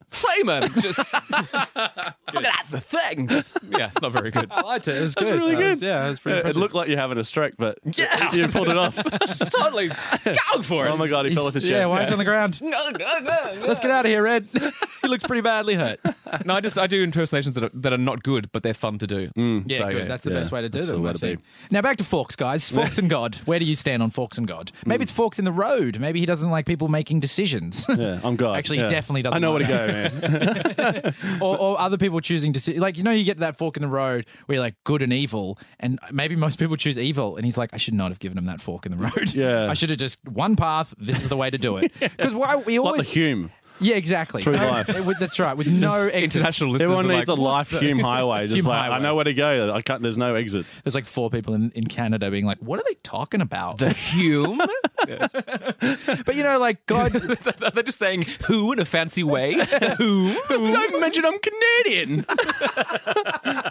[SPEAKER 3] Freeman. *laughs* Just look at that, the thing. Just, yeah, it's not very good.
[SPEAKER 1] *laughs* I liked it. It was good.
[SPEAKER 2] really
[SPEAKER 1] I was-
[SPEAKER 2] good.
[SPEAKER 1] yeah, it was pretty
[SPEAKER 2] uh, It, it
[SPEAKER 1] impressive.
[SPEAKER 2] looked like you're having a stroke, but
[SPEAKER 3] Yeah.
[SPEAKER 2] you pulled it off.
[SPEAKER 3] Just *laughs* totally go for it.
[SPEAKER 2] oh my
[SPEAKER 3] *laughs*
[SPEAKER 2] god, he fell off his chair.
[SPEAKER 1] yeah, why is he on the *laughs* ground? Let's get out of here, Red. *laughs* he looks pretty badly hurt.
[SPEAKER 3] No, I just I do impersonations that are, that are not good, but they're fun to do.
[SPEAKER 1] Yeah,
[SPEAKER 3] So,
[SPEAKER 1] good. That's the
[SPEAKER 2] yeah.
[SPEAKER 1] best way to do
[SPEAKER 2] That's the
[SPEAKER 1] them.
[SPEAKER 2] way
[SPEAKER 1] I
[SPEAKER 2] to be.
[SPEAKER 1] think. Now back to forks,
[SPEAKER 2] *laughs*
[SPEAKER 1] guys. Forks and God. Where do you stand on forks and God?
[SPEAKER 2] Hmm.
[SPEAKER 1] Maybe it's forks in the road. Maybe he doesn't like people making decisions.
[SPEAKER 2] *laughs* Yeah, I'm God.
[SPEAKER 1] Actually, he
[SPEAKER 2] yeah.
[SPEAKER 1] definitely doesn't
[SPEAKER 2] I know where to
[SPEAKER 1] like
[SPEAKER 2] go, man.
[SPEAKER 1] *laughs* or, or other people choosing to like you know you get that fork in the road where you're like good and evil and maybe most people choose evil and he's like i should not have given him that fork in the road
[SPEAKER 2] Yeah.
[SPEAKER 1] *laughs* i should have just one path this is the way to do
[SPEAKER 2] *laughs*
[SPEAKER 1] it because why we
[SPEAKER 2] Like
[SPEAKER 1] always
[SPEAKER 2] the Hume.
[SPEAKER 1] yeah exactly
[SPEAKER 2] Through
[SPEAKER 1] No,
[SPEAKER 2] life.
[SPEAKER 1] it would- that's right with
[SPEAKER 2] *laughs*
[SPEAKER 1] no exits.
[SPEAKER 3] International listeners
[SPEAKER 2] Everyone
[SPEAKER 3] are
[SPEAKER 2] needs
[SPEAKER 3] like,
[SPEAKER 2] a life *laughs* Hume highway. Just
[SPEAKER 1] Hume
[SPEAKER 2] like I
[SPEAKER 1] highway.
[SPEAKER 2] know where to go. I can't. There's no exits.
[SPEAKER 1] there's like four people in, in canada being like what are they talking about
[SPEAKER 3] the *laughs* Hume.
[SPEAKER 1] but you know like
[SPEAKER 3] *laughs*
[SPEAKER 1] god
[SPEAKER 3] They're just saying who in a fancy way. The *laughs* Who?
[SPEAKER 2] Don't mention I'm *laughs* Canadian.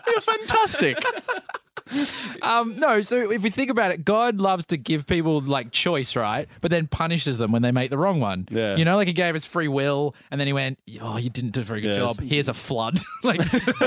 [SPEAKER 2] You're fantastic.
[SPEAKER 1] *laughs* um no so if we think about it god loves to give people like choice right but then punishes them when they make the wrong one
[SPEAKER 2] Yeah.
[SPEAKER 1] you know like he gave us free will and then he went oh you didn't do a very good
[SPEAKER 2] Yeah,
[SPEAKER 1] job here's a flood *laughs* like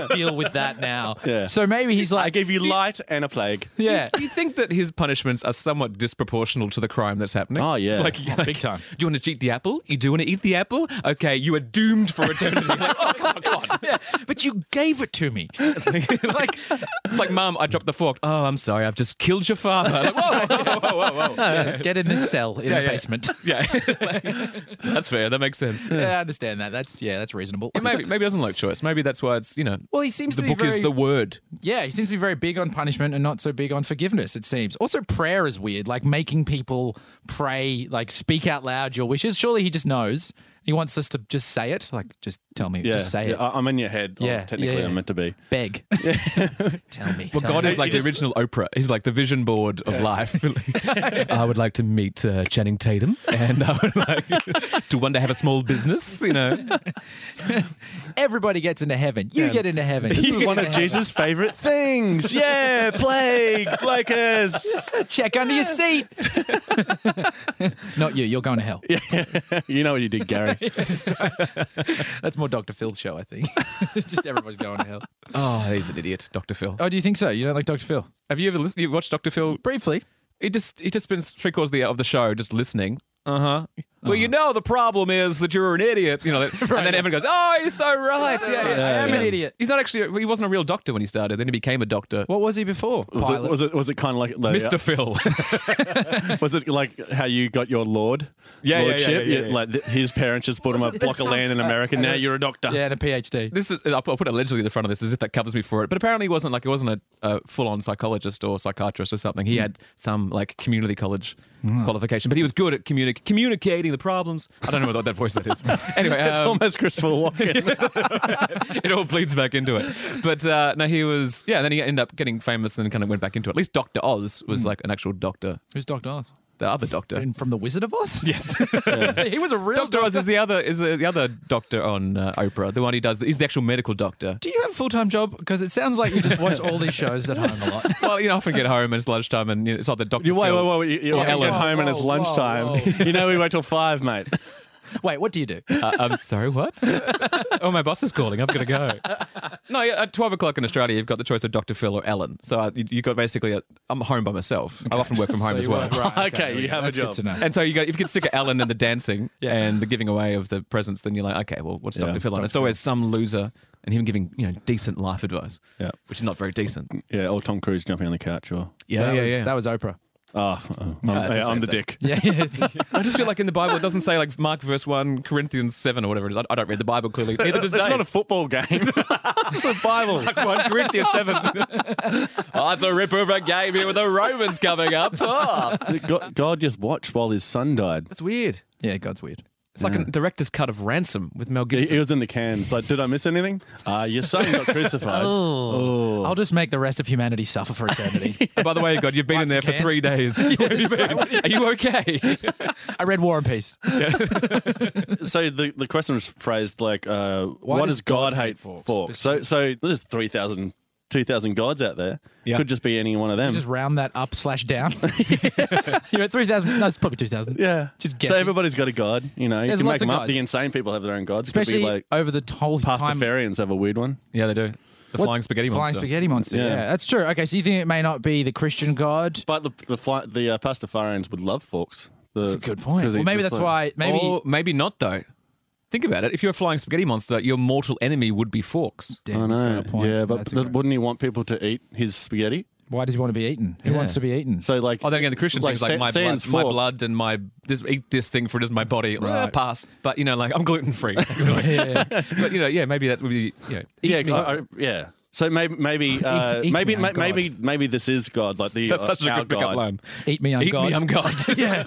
[SPEAKER 1] deal with that now
[SPEAKER 2] Yeah.
[SPEAKER 1] so maybe he's like
[SPEAKER 2] I gave you light and a plague.
[SPEAKER 1] yeah
[SPEAKER 3] Do you think that his punishments are somewhat disproportional to the crime that's happening?
[SPEAKER 2] Oh, yeah.
[SPEAKER 3] It's like,
[SPEAKER 1] Oh,
[SPEAKER 3] like,
[SPEAKER 1] big time.
[SPEAKER 3] Do you want to eat the apple? You do want to eat the apple? Okay, you are doomed for eternity. like, *laughs* oh, come on, come on.
[SPEAKER 1] yeah, *laughs* but you gave it to me.
[SPEAKER 3] *laughs* It's like, like, it's like, Mum, I dropped the fork. Oh, I'm sorry, I've just killed your father. Like, whoa, whoa, whoa, whoa, whoa, whoa.
[SPEAKER 1] Yes, get in this cell in the
[SPEAKER 3] yeah.
[SPEAKER 1] basement.
[SPEAKER 3] *laughs*
[SPEAKER 1] *laughs*
[SPEAKER 3] Yeah, *laughs* Like, that's fair. That makes sense.
[SPEAKER 1] Yeah. I understand that. That's yeah, that's reasonable.
[SPEAKER 3] Maybe, maybe he doesn't like choice. Maybe that's why it's you know.
[SPEAKER 1] Well, he seems
[SPEAKER 3] the
[SPEAKER 1] to be
[SPEAKER 3] book is
[SPEAKER 1] very-
[SPEAKER 3] the word.
[SPEAKER 1] Yeah, he seems to be very big on punishment and not so big on forgiveness, it seems. Also, prayer is weird, like making people pray, like speak out loud your wishes. Surely he just knows. He wants us to just say it. Like, just tell me,
[SPEAKER 2] Yeah,
[SPEAKER 1] just say
[SPEAKER 2] yeah,
[SPEAKER 1] it.
[SPEAKER 2] I- I'm in your head.
[SPEAKER 1] Yeah,
[SPEAKER 2] Yeah, technically,
[SPEAKER 1] yeah, yeah.
[SPEAKER 2] I'm meant to be. *laughs*
[SPEAKER 1] Beg. tell me.
[SPEAKER 3] Well,
[SPEAKER 1] tell
[SPEAKER 3] God
[SPEAKER 1] me.
[SPEAKER 3] is like the original Oprah. He's like the vision board of life.
[SPEAKER 1] *laughs*
[SPEAKER 3] *laughs* I would like to meet uh, Channing Tatum, and I would like *laughs* to one day have a small business.
[SPEAKER 1] *laughs*
[SPEAKER 3] You know,
[SPEAKER 1] Everybody gets into heaven. You get into heaven.
[SPEAKER 2] This
[SPEAKER 1] You
[SPEAKER 2] is
[SPEAKER 1] get
[SPEAKER 2] one
[SPEAKER 1] into
[SPEAKER 2] of
[SPEAKER 1] heaven.
[SPEAKER 2] Jesus' favorite things. *laughs* Yeah, plagues, locusts.
[SPEAKER 1] Check under your seat. *laughs* not you. You're going to hell.
[SPEAKER 2] *laughs* You know what you did, Gary.
[SPEAKER 1] That's more Dr. Phil's show, I think. *laughs* just everybody's going to hell.
[SPEAKER 3] oh, he's an idiot, Doctor Phil.
[SPEAKER 1] Oh, do you think so? You don't like Dr. Phil?
[SPEAKER 3] Have you ever listened? You watched Doctor Phil?
[SPEAKER 1] Briefly.
[SPEAKER 3] He just he just spends three quarters of the, of the show just listening. Uh huh. Well, you
[SPEAKER 1] Uh-huh.
[SPEAKER 3] know the problem is that you're an
[SPEAKER 1] *laughs*
[SPEAKER 3] idiot. You know, that, and then everyone goes, "Oh, he's so right. Yeah, yeah,
[SPEAKER 1] I am
[SPEAKER 3] yeah.
[SPEAKER 1] an idiot.
[SPEAKER 3] He's not actually. He wasn't a real doctor when he started. Then he became a doctor.
[SPEAKER 1] What was he before?
[SPEAKER 2] Was it, was it was it kind of like the,
[SPEAKER 3] Mr. Phil. *laughs*
[SPEAKER 2] *laughs* Was it like how you got your lord?
[SPEAKER 3] Yeah, yeah, yeah,
[SPEAKER 2] lordship?
[SPEAKER 3] yeah, yeah, yeah.
[SPEAKER 2] Like th- his parents just bought him a block of land in America. now you're a doctor.
[SPEAKER 1] yeah, and a PhD.
[SPEAKER 3] this is I'll put, I'll put allegedly at the front of this as if that covers me for it. But apparently, he wasn't like he wasn't a, a full-on psychologist or
[SPEAKER 1] Hmm.
[SPEAKER 3] psychiatrist or something. He had some like community college qualification, but he was good at communi- communicating hitting the problems. I don't know what that voice that
[SPEAKER 1] *laughs*
[SPEAKER 3] is. Anyway,
[SPEAKER 2] *laughs* It's
[SPEAKER 3] um,
[SPEAKER 2] almost Christopher Walken.
[SPEAKER 3] *laughs* it all bleeds back into it. But uh, no, he was yeah. Then he ended up getting famous and then kind of went back into it. At least Doctor Oz was like an actual doctor,
[SPEAKER 1] Who's Doctor Oz?
[SPEAKER 3] the other doctor.
[SPEAKER 1] And from The Wizard of Oz? *laughs*
[SPEAKER 3] Yes,
[SPEAKER 1] he was a real
[SPEAKER 3] Doctor Oz is the other is the other doctor on uh, Oprah. The one he does he's the actual medical doctor.
[SPEAKER 1] Do you have a full time job? Because it sounds like you just watch all these shows at home a lot.
[SPEAKER 3] Well, you know, I often get home and it's lunchtime and you know, it's like the doctor.
[SPEAKER 2] You wait,
[SPEAKER 3] Phil.
[SPEAKER 2] wait, wait, wait. You, you
[SPEAKER 1] Oh,
[SPEAKER 2] get
[SPEAKER 1] whoa,
[SPEAKER 2] home and it's
[SPEAKER 1] whoa, whoa,
[SPEAKER 2] lunchtime.
[SPEAKER 1] whoa.
[SPEAKER 2] *laughs* you know we wait till five, mate.
[SPEAKER 1] Wait, what do you do?
[SPEAKER 3] Uh, I'm sorry, what? oh, my boss is calling. I've got to go. No, yeah, at 12 o'clock in Australia, you've got the choice of Dr. Phil or Ellen. So I, you, you got basically, i I'm home by myself. I often work from home
[SPEAKER 1] So
[SPEAKER 3] as
[SPEAKER 1] you
[SPEAKER 3] well.
[SPEAKER 1] work- right,
[SPEAKER 2] Okay, you
[SPEAKER 1] we go.
[SPEAKER 2] have a
[SPEAKER 1] That's
[SPEAKER 2] job.
[SPEAKER 1] Good to know.
[SPEAKER 3] And so you go, if you get sick of Ellen and the *laughs* dancing and the giving away of the presents, then you're like, okay, well, what's Dr. Phil on? It's always some loser and him giving, you know, decent life advice,
[SPEAKER 2] Yeah.
[SPEAKER 3] which is not very decent.
[SPEAKER 2] Yeah, or Tom Cruise jumping on the couch, or
[SPEAKER 1] that was, That was Oprah.
[SPEAKER 2] oh, oh, I'm,
[SPEAKER 3] that's the
[SPEAKER 2] yeah, I'm
[SPEAKER 3] same
[SPEAKER 2] the
[SPEAKER 3] thing.
[SPEAKER 2] dick.
[SPEAKER 1] Yeah,
[SPEAKER 3] *laughs*
[SPEAKER 1] yeah.
[SPEAKER 3] I just feel like in the Bible, it doesn't say like Mark verse 1, Corinthians 7 or whatever it is. I, I don't read the Bible clearly.
[SPEAKER 1] *laughs*
[SPEAKER 3] Neither does
[SPEAKER 2] it's
[SPEAKER 3] Dave.
[SPEAKER 2] not a football *laughs* game.
[SPEAKER 3] It's a Bible. One Corinthians 7. *laughs* oh, it's a rip of a game here with the Romans coming *laughs* up. Oh.
[SPEAKER 2] God, God just watched while his son died.
[SPEAKER 3] That's weird.
[SPEAKER 1] yeah, God's weird.
[SPEAKER 3] It's like a director's cut of Ransom with Mel
[SPEAKER 2] He,
[SPEAKER 3] Gibson.
[SPEAKER 2] he was in the cans. Like, did I miss anything? Uh, your
[SPEAKER 1] *laughs*
[SPEAKER 2] son got crucified. Oh.
[SPEAKER 1] I'll just make the rest of humanity suffer for eternity.
[SPEAKER 3] Oh, by the way, God, you've been in there
[SPEAKER 1] Wipes
[SPEAKER 3] for
[SPEAKER 1] his
[SPEAKER 3] three *laughs* days. Where have you been? Are you okay? *laughs*
[SPEAKER 1] I read War and Peace.
[SPEAKER 2] So the, the question was phrased like, uh, what
[SPEAKER 1] does
[SPEAKER 2] does God,
[SPEAKER 1] God hate
[SPEAKER 2] hate
[SPEAKER 1] forks?
[SPEAKER 2] forks? So so there's 3,000, 2,000 gods out there.
[SPEAKER 3] Yeah.
[SPEAKER 2] Could just be any one of them.
[SPEAKER 1] Just round that up slash down. *laughs* You're at 3,000. No, it's probably 2,000.
[SPEAKER 2] yeah.
[SPEAKER 1] just
[SPEAKER 2] So
[SPEAKER 1] guessing.
[SPEAKER 2] everybody's got a god. You know, you
[SPEAKER 1] There's
[SPEAKER 2] can make
[SPEAKER 1] lots of
[SPEAKER 2] them up. The
[SPEAKER 1] gods.
[SPEAKER 2] insane people have their own gods. Could
[SPEAKER 1] Especially
[SPEAKER 2] be like
[SPEAKER 1] over the whole time.
[SPEAKER 2] pastafarians have a weird one.
[SPEAKER 3] Yeah, they do. The flying spaghetti
[SPEAKER 1] Flying
[SPEAKER 3] monster.
[SPEAKER 1] spaghetti monster. Yeah.
[SPEAKER 2] Yeah.
[SPEAKER 1] that's true. Okay, so you think it may not be the Christian God?
[SPEAKER 2] But the the, fly, the uh, pastafarians would love forks. The,
[SPEAKER 1] That's a good point.
[SPEAKER 2] 'cause
[SPEAKER 1] Well,
[SPEAKER 2] he
[SPEAKER 1] maybe
[SPEAKER 2] just
[SPEAKER 1] that's why.
[SPEAKER 2] like-
[SPEAKER 1] Maybe
[SPEAKER 3] Or maybe not though. Think about it. If you're a flying spaghetti monster, your mortal enemy would be forks.
[SPEAKER 1] Damn,
[SPEAKER 2] I
[SPEAKER 1] that's got
[SPEAKER 2] know.
[SPEAKER 1] a point.
[SPEAKER 2] Yeah, but
[SPEAKER 1] That's a
[SPEAKER 2] th-
[SPEAKER 1] great-
[SPEAKER 2] wouldn't he want people to eat his spaghetti?
[SPEAKER 1] why does he want to be eaten? Who
[SPEAKER 3] Yeah.
[SPEAKER 1] wants to be eaten? *laughs*
[SPEAKER 2] So like,
[SPEAKER 3] Oh, then again, the Christian thing's like
[SPEAKER 2] Sa-
[SPEAKER 3] my
[SPEAKER 2] Sans
[SPEAKER 3] blood, my
[SPEAKER 2] fork.
[SPEAKER 3] blood and my this eat this thing for it is my body. Ah, pass, but you know, like I'm gluten *laughs* free. But you know, yeah, maybe that would be you know,
[SPEAKER 2] *laughs* Yeah,
[SPEAKER 3] eat me.
[SPEAKER 2] I- I- yeah. So
[SPEAKER 1] *laughs*
[SPEAKER 2] maybe maybe uh,
[SPEAKER 1] Eat- eat
[SPEAKER 2] maybe
[SPEAKER 1] me,
[SPEAKER 2] ma-
[SPEAKER 1] I'm
[SPEAKER 2] maybe
[SPEAKER 1] God.
[SPEAKER 2] maybe this is God. Like the
[SPEAKER 3] *laughs* That's
[SPEAKER 2] uh,
[SPEAKER 3] such a
[SPEAKER 2] our
[SPEAKER 3] good pickup
[SPEAKER 2] God.
[SPEAKER 3] line.
[SPEAKER 1] eat me, I'm
[SPEAKER 3] eat
[SPEAKER 1] God.
[SPEAKER 3] me, I'm God. *laughs* yeah,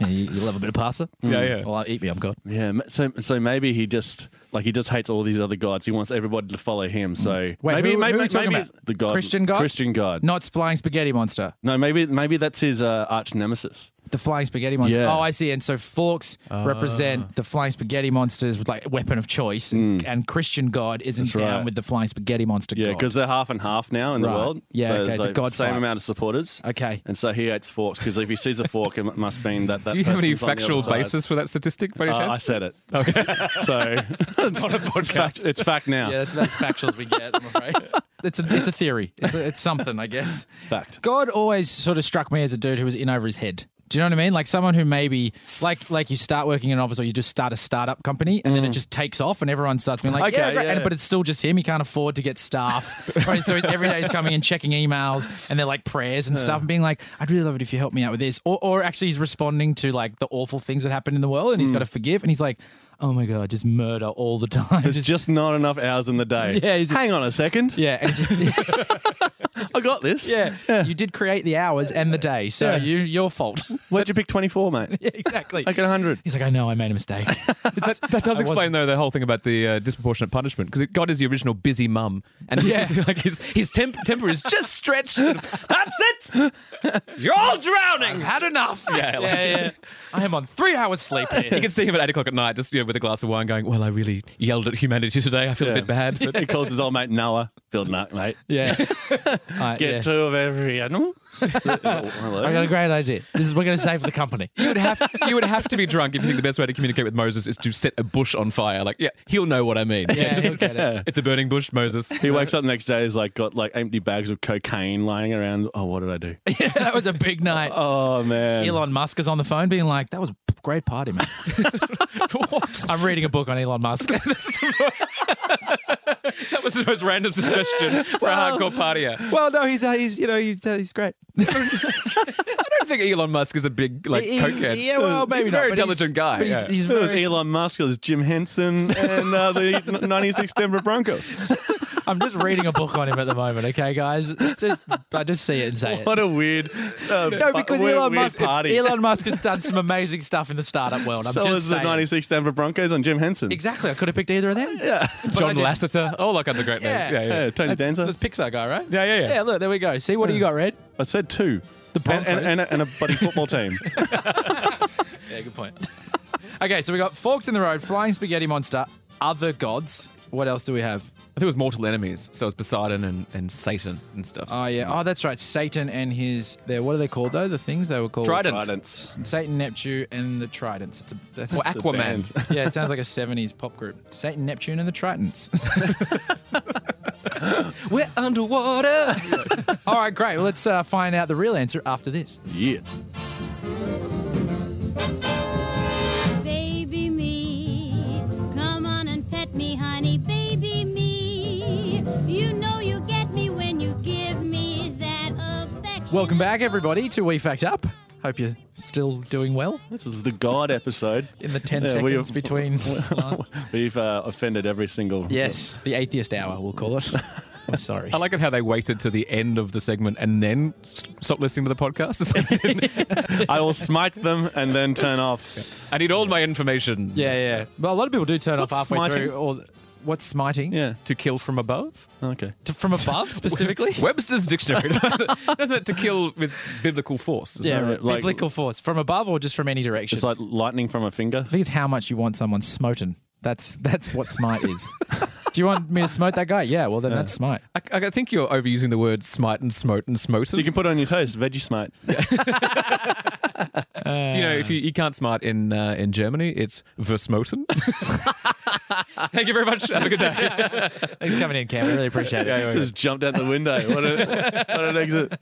[SPEAKER 1] Yeah, you, you love a bit of pasta?
[SPEAKER 3] yeah, yeah.
[SPEAKER 1] Well, I'll eat me, I'm God.
[SPEAKER 2] Yeah. m- So so maybe he just like he just hates all these other gods. He wants everybody to follow him. So
[SPEAKER 1] Mm. Wait,
[SPEAKER 2] maybe
[SPEAKER 1] who- who
[SPEAKER 2] maybe,
[SPEAKER 1] are you talking
[SPEAKER 2] maybe
[SPEAKER 1] about?
[SPEAKER 2] it's the God
[SPEAKER 1] Christian God?
[SPEAKER 2] Christian God.
[SPEAKER 1] Not flying spaghetti monster.
[SPEAKER 2] No, maybe maybe that's his uh, arch nemesis.
[SPEAKER 1] The flying spaghetti monster.
[SPEAKER 2] Yeah.
[SPEAKER 1] Oh, I see. And so forks represent the flying spaghetti monsters with like weapon of choice, and, and Christian God isn't
[SPEAKER 2] right.
[SPEAKER 1] down with the flying spaghetti monster.
[SPEAKER 2] Yeah,
[SPEAKER 1] God.
[SPEAKER 2] because they're half and half now in
[SPEAKER 1] Right.
[SPEAKER 2] the world.
[SPEAKER 1] Yeah,
[SPEAKER 2] so
[SPEAKER 1] okay, it's a
[SPEAKER 2] like,
[SPEAKER 1] God
[SPEAKER 2] Same
[SPEAKER 1] fight.
[SPEAKER 2] amount of supporters.
[SPEAKER 1] Okay.
[SPEAKER 2] And so he hates forks because if he sees a fork, it must mean that. that
[SPEAKER 3] Do you have any
[SPEAKER 2] person's on the other
[SPEAKER 3] factual
[SPEAKER 2] side.
[SPEAKER 3] basis for that statistic? By any
[SPEAKER 2] Uh, I
[SPEAKER 3] chance?
[SPEAKER 2] said it.
[SPEAKER 3] *laughs*
[SPEAKER 2] Okay. *laughs* so not a podcast. It's fact now.
[SPEAKER 1] Yeah, that's about as factual as we get, I'm afraid. It's a, it's a theory. It's, a, it's something, I guess.
[SPEAKER 2] fact.
[SPEAKER 1] God always sort of struck me as a dude who was in over his head. Do you know what I mean? Like someone who maybe, like, like you start working in an office or you just start a startup company and then it just takes off and everyone starts being like,
[SPEAKER 2] Mm. Okay,
[SPEAKER 1] yeah, great.
[SPEAKER 2] yeah.
[SPEAKER 1] And, but it's still just him. He can't afford to get staff.
[SPEAKER 2] *laughs*
[SPEAKER 1] right? So he's, every day he's coming in, checking emails and they're like prayers and stuff and being like, I'd really love it if you help me out with this. Or, or actually he's responding to like the awful things that happen in the world
[SPEAKER 2] Mm.
[SPEAKER 1] and he's got to forgive. And he's like, oh my God, just murder all the time.
[SPEAKER 2] There's just not enough hours in the day.
[SPEAKER 1] *laughs* Yeah, he's-
[SPEAKER 2] Hang on a second.
[SPEAKER 1] yeah. And it's just. *laughs*
[SPEAKER 2] I got this.
[SPEAKER 1] Yeah. You did create the hours and the day, so
[SPEAKER 2] Yeah.
[SPEAKER 1] you your fault. *laughs*
[SPEAKER 2] Why'd you pick 24, mate?
[SPEAKER 1] yeah,
[SPEAKER 2] *laughs*
[SPEAKER 1] exactly.
[SPEAKER 2] I get 100.
[SPEAKER 1] He's like, I know I made a *laughs* mistake.
[SPEAKER 3] That does
[SPEAKER 1] I
[SPEAKER 3] explain,
[SPEAKER 1] wasn't-
[SPEAKER 3] though, the whole thing about the uh, disproportionate punishment because God is the original busy mum, and he's
[SPEAKER 1] Yeah.
[SPEAKER 3] just, *laughs* like his his temp- temper is just stretched. That's it. You're all drowning.
[SPEAKER 1] Had enough.
[SPEAKER 3] Yeah, like-
[SPEAKER 1] *laughs* I am on three hours sleep here.
[SPEAKER 3] You can see him at eight o'clock at night, just you know, with a glass of wine, going, "Well, I really yelled at humanity today. I feel a bit bad." But
[SPEAKER 2] *laughs* He calls his old mate Noah. Bill Nuck, mate.
[SPEAKER 1] *laughs* *laughs* yeah. Alright,
[SPEAKER 2] Get
[SPEAKER 1] yeah.
[SPEAKER 2] two of
[SPEAKER 1] *laughs*
[SPEAKER 2] every animal. *laughs* Oh, Hello.
[SPEAKER 1] I got a great idea. This is we're going to save the *laughs* company.
[SPEAKER 3] you would have you would have to be drunk if you think the best way to communicate with Moses is to set a bush on fire. Like, yeah, he'll know what I mean.
[SPEAKER 1] Yeah, he'll get it.
[SPEAKER 3] It's a burning bush, Moses.
[SPEAKER 2] he wakes up the next day, he's like got like empty bags of cocaine lying around. Oh, what did
[SPEAKER 1] *laughs*
[SPEAKER 2] I do?
[SPEAKER 1] *laughs* Yeah, that was a big night.
[SPEAKER 2] Oh man.
[SPEAKER 1] Elon Musk is on the phone being like, that was a great party, *laughs* man. I'm reading a book on Elon *laughs* Musk.
[SPEAKER 3] That was the most random suggestion for a hardcore partier.
[SPEAKER 1] well, no, he's, uh, he's you know, he's, uh, he's great.
[SPEAKER 3] I think Elon Musk is a big like
[SPEAKER 1] He-
[SPEAKER 3] cokehead.
[SPEAKER 1] yeah, well, maybe
[SPEAKER 3] he's a very
[SPEAKER 1] not, but
[SPEAKER 3] intelligent
[SPEAKER 1] he's-
[SPEAKER 3] guy.
[SPEAKER 1] but
[SPEAKER 3] yeah.
[SPEAKER 1] He's, he's
[SPEAKER 2] It
[SPEAKER 1] *laughs*
[SPEAKER 2] was
[SPEAKER 1] very- *laughs*
[SPEAKER 2] Elon Musk, it was Jim Henson, and uh, the 96 Denver Broncos.
[SPEAKER 1] I'm just reading a book on him at the moment. Okay, guys, it's just I just see it and say it.
[SPEAKER 2] What a weird. Uh,
[SPEAKER 1] No, because Elon Musk,
[SPEAKER 2] Party.
[SPEAKER 1] Elon Musk has done some amazing stuff in the startup world. I'm
[SPEAKER 2] so
[SPEAKER 1] just
[SPEAKER 2] is the
[SPEAKER 1] saying.
[SPEAKER 2] '96 Denver Broncos on Jim Henson.
[SPEAKER 1] Exactly, I could have picked either of them.
[SPEAKER 2] Yeah.
[SPEAKER 3] John
[SPEAKER 1] didn't.
[SPEAKER 3] Lasseter. Oh, look, other great
[SPEAKER 1] Yeah.
[SPEAKER 3] names. Yeah,
[SPEAKER 2] *laughs*
[SPEAKER 3] yeah.
[SPEAKER 2] Yeah, Tony
[SPEAKER 1] That's,
[SPEAKER 2] Danza.
[SPEAKER 1] that's Pixar guy, right?
[SPEAKER 3] Yeah, yeah, yeah.
[SPEAKER 1] Yeah, look, there we go. See, what do you got, Red?
[SPEAKER 2] I said two. The
[SPEAKER 1] Broncos.
[SPEAKER 2] and, and, and, a, and a buddy
[SPEAKER 1] *laughs*
[SPEAKER 2] football team.
[SPEAKER 1] Yeah, good point. *laughs* okay, so we got Forks in the Road, Flying Spaghetti Monster, Other Gods. What else do we have?
[SPEAKER 3] I think it was Mortal Enemies. So it was Poseidon and, and Satan and stuff.
[SPEAKER 1] Oh yeah. Oh, that's right. Satan and his. Their, what are they called though? The things they were called.
[SPEAKER 3] Trident.
[SPEAKER 2] Tridents.
[SPEAKER 1] Satan, Neptune, and the Tridents. It's a. That's,
[SPEAKER 3] Or
[SPEAKER 2] the
[SPEAKER 3] Aquaman.
[SPEAKER 2] band.
[SPEAKER 1] yeah, it sounds like a '70s pop group. Satan, Neptune, and the Tritons.
[SPEAKER 3] We're underwater.
[SPEAKER 1] *laughs* All right, great. Well, let's uh, find out the real answer after this.
[SPEAKER 2] Yeah.
[SPEAKER 6] Baby me, come on and pet me, honey. Baby me, you know you get me when you give me that affection.
[SPEAKER 1] Welcome back, everybody, to We Fact Up. Hope you're still doing well
[SPEAKER 2] This is the God episode.
[SPEAKER 1] in the ten
[SPEAKER 2] Yeah, we-
[SPEAKER 1] seconds between.
[SPEAKER 2] *laughs* We've uh, offended every single.
[SPEAKER 1] *laughs* yes, the atheist hour, we'll call it. *laughs* I'm sorry.
[SPEAKER 3] I like it how they waited to the end of the segment and then s- stopped listening to the podcast. *laughs* It's like,
[SPEAKER 2] I will smite them and then turn off.
[SPEAKER 3] I need all my information.
[SPEAKER 1] Yeah, yeah. But a lot of people do turn off
[SPEAKER 2] What's
[SPEAKER 1] halfway
[SPEAKER 2] smiting?
[SPEAKER 1] through. Or what's smiting?
[SPEAKER 2] Yeah. oh,
[SPEAKER 3] To kill from above?
[SPEAKER 2] Okay.
[SPEAKER 1] To- from *laughs* above specifically.
[SPEAKER 3] Webster's dictionary. *laughs* Doesn't it to kill with biblical force? isn't
[SPEAKER 1] yeah,
[SPEAKER 3] it?
[SPEAKER 1] right.
[SPEAKER 2] like-
[SPEAKER 1] biblical force from above or just from any direction.
[SPEAKER 2] It's like lightning from a finger.
[SPEAKER 1] I think it's how much you want someone smoten. That's that's what smite is. Do you want me to smote that guy? Yeah. Well, then that's smite.
[SPEAKER 3] I, I think you're overusing the word smite and smote and smote.
[SPEAKER 2] You can put it on your toast. Veggie *laughs* smite.
[SPEAKER 3] Do you know if you, you can't smart in uh, in Germany, it's
[SPEAKER 1] *laughs*
[SPEAKER 3] versmoten. Thank you very much. Have a good day.
[SPEAKER 1] Thanks for coming in, Cam. I really appreciate it.
[SPEAKER 2] Just jumped out the *laughs* window. What, a, what an exit.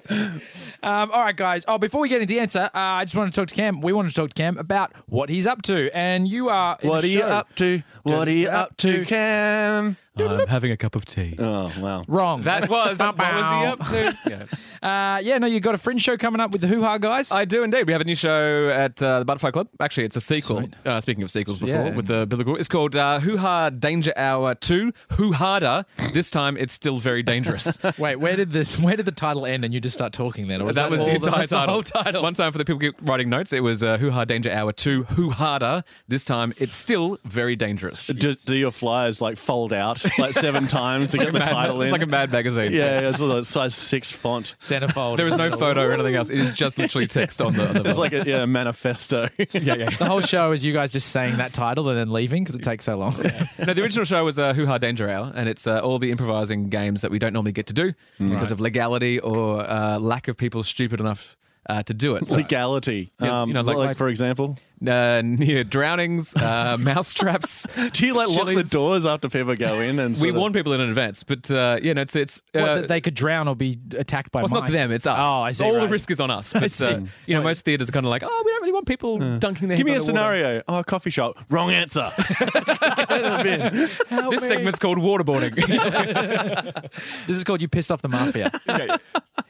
[SPEAKER 1] Um, all right, guys. Oh, before we get into the answer, uh, I just want to talk to Cam. We want to talk to Cam about what he's up to, and you are. in
[SPEAKER 2] What
[SPEAKER 1] a
[SPEAKER 2] are you
[SPEAKER 1] show.
[SPEAKER 2] up to? What are you up to, Cam?
[SPEAKER 3] I'm having a cup of tea.
[SPEAKER 2] Oh, wow.
[SPEAKER 1] Wrong. *laughs*
[SPEAKER 3] *laughs* That was what was he *laughs* up to?
[SPEAKER 1] Uh, yeah, no, you got a fringe show coming up with the Hoo Ha guys.
[SPEAKER 3] I do indeed. We have a new show at uh, the Butterfly Club. Actually, it's a sequel.
[SPEAKER 1] Sweet.
[SPEAKER 3] Uh, speaking of sequels before,
[SPEAKER 1] Yeah.
[SPEAKER 3] with the biblical, it's called uh, Hoo Ha Danger Hour Two. Hoo Harder. this time, it's still very *laughs* dangerous.
[SPEAKER 1] Wait, where did this? Where did the title end, and you just start talking then? Or
[SPEAKER 3] that, was
[SPEAKER 1] all
[SPEAKER 3] the entire
[SPEAKER 1] that's
[SPEAKER 3] title.
[SPEAKER 1] whole *laughs* title.
[SPEAKER 3] One time for the people keep writing notes, it was uh, Hoo Ha Danger Hour Two. Hoo Harder. This time, it's still very dangerous.
[SPEAKER 2] Just do your flyers like fold out like seven *laughs* times to get the
[SPEAKER 3] Mad-
[SPEAKER 2] title
[SPEAKER 3] it's
[SPEAKER 2] in.
[SPEAKER 3] like a Mad magazine.
[SPEAKER 2] yeah, it's like size six *laughs* font.
[SPEAKER 1] Centerfold.
[SPEAKER 3] There is
[SPEAKER 1] *laughs*
[SPEAKER 3] no photo or anything else. It is just literally text on the. On the
[SPEAKER 2] It's like a yeah, *laughs* manifesto.
[SPEAKER 3] yeah, yeah.
[SPEAKER 1] The whole show is you guys just saying that title and then leaving because it takes so long.
[SPEAKER 3] No, the original show was uh, Hoo Ha Danger Hour, and it's uh, all the improvising games that we don't normally get to
[SPEAKER 2] Mm.
[SPEAKER 3] do because of legality or uh, lack of people stupid enough uh, to do it. So,
[SPEAKER 2] Legality.
[SPEAKER 3] Yes,
[SPEAKER 2] Um,
[SPEAKER 3] you know,
[SPEAKER 2] like,
[SPEAKER 3] like-
[SPEAKER 2] for example,
[SPEAKER 3] uh, near drownings,
[SPEAKER 2] *laughs*
[SPEAKER 3] uh, mouse traps.
[SPEAKER 2] do you like lock
[SPEAKER 3] Chili's.
[SPEAKER 2] the doors after people go in? And
[SPEAKER 3] We
[SPEAKER 2] sort of-
[SPEAKER 3] warn people in advance, but uh, you know, it's it's. Uh,
[SPEAKER 1] *laughs* What, that they could drown or be attacked by
[SPEAKER 3] well, it's not
[SPEAKER 1] mice?
[SPEAKER 3] them, it's us.
[SPEAKER 1] Oh, I see.
[SPEAKER 3] All the
[SPEAKER 1] right.
[SPEAKER 3] risk is
[SPEAKER 2] *laughs*
[SPEAKER 3] on us. But, uh, you know, most theatres are kind of like, oh, we don't really want people dunking their
[SPEAKER 2] Uh. Give me a
[SPEAKER 3] heads underwater."
[SPEAKER 2] scenario. Oh, a coffee shop. Wrong *laughs* answer. Oh,
[SPEAKER 3] This segment's called waterboarding.
[SPEAKER 2] *laughs*
[SPEAKER 3] *laughs*
[SPEAKER 1] This is called You Pissed Off the Mafia.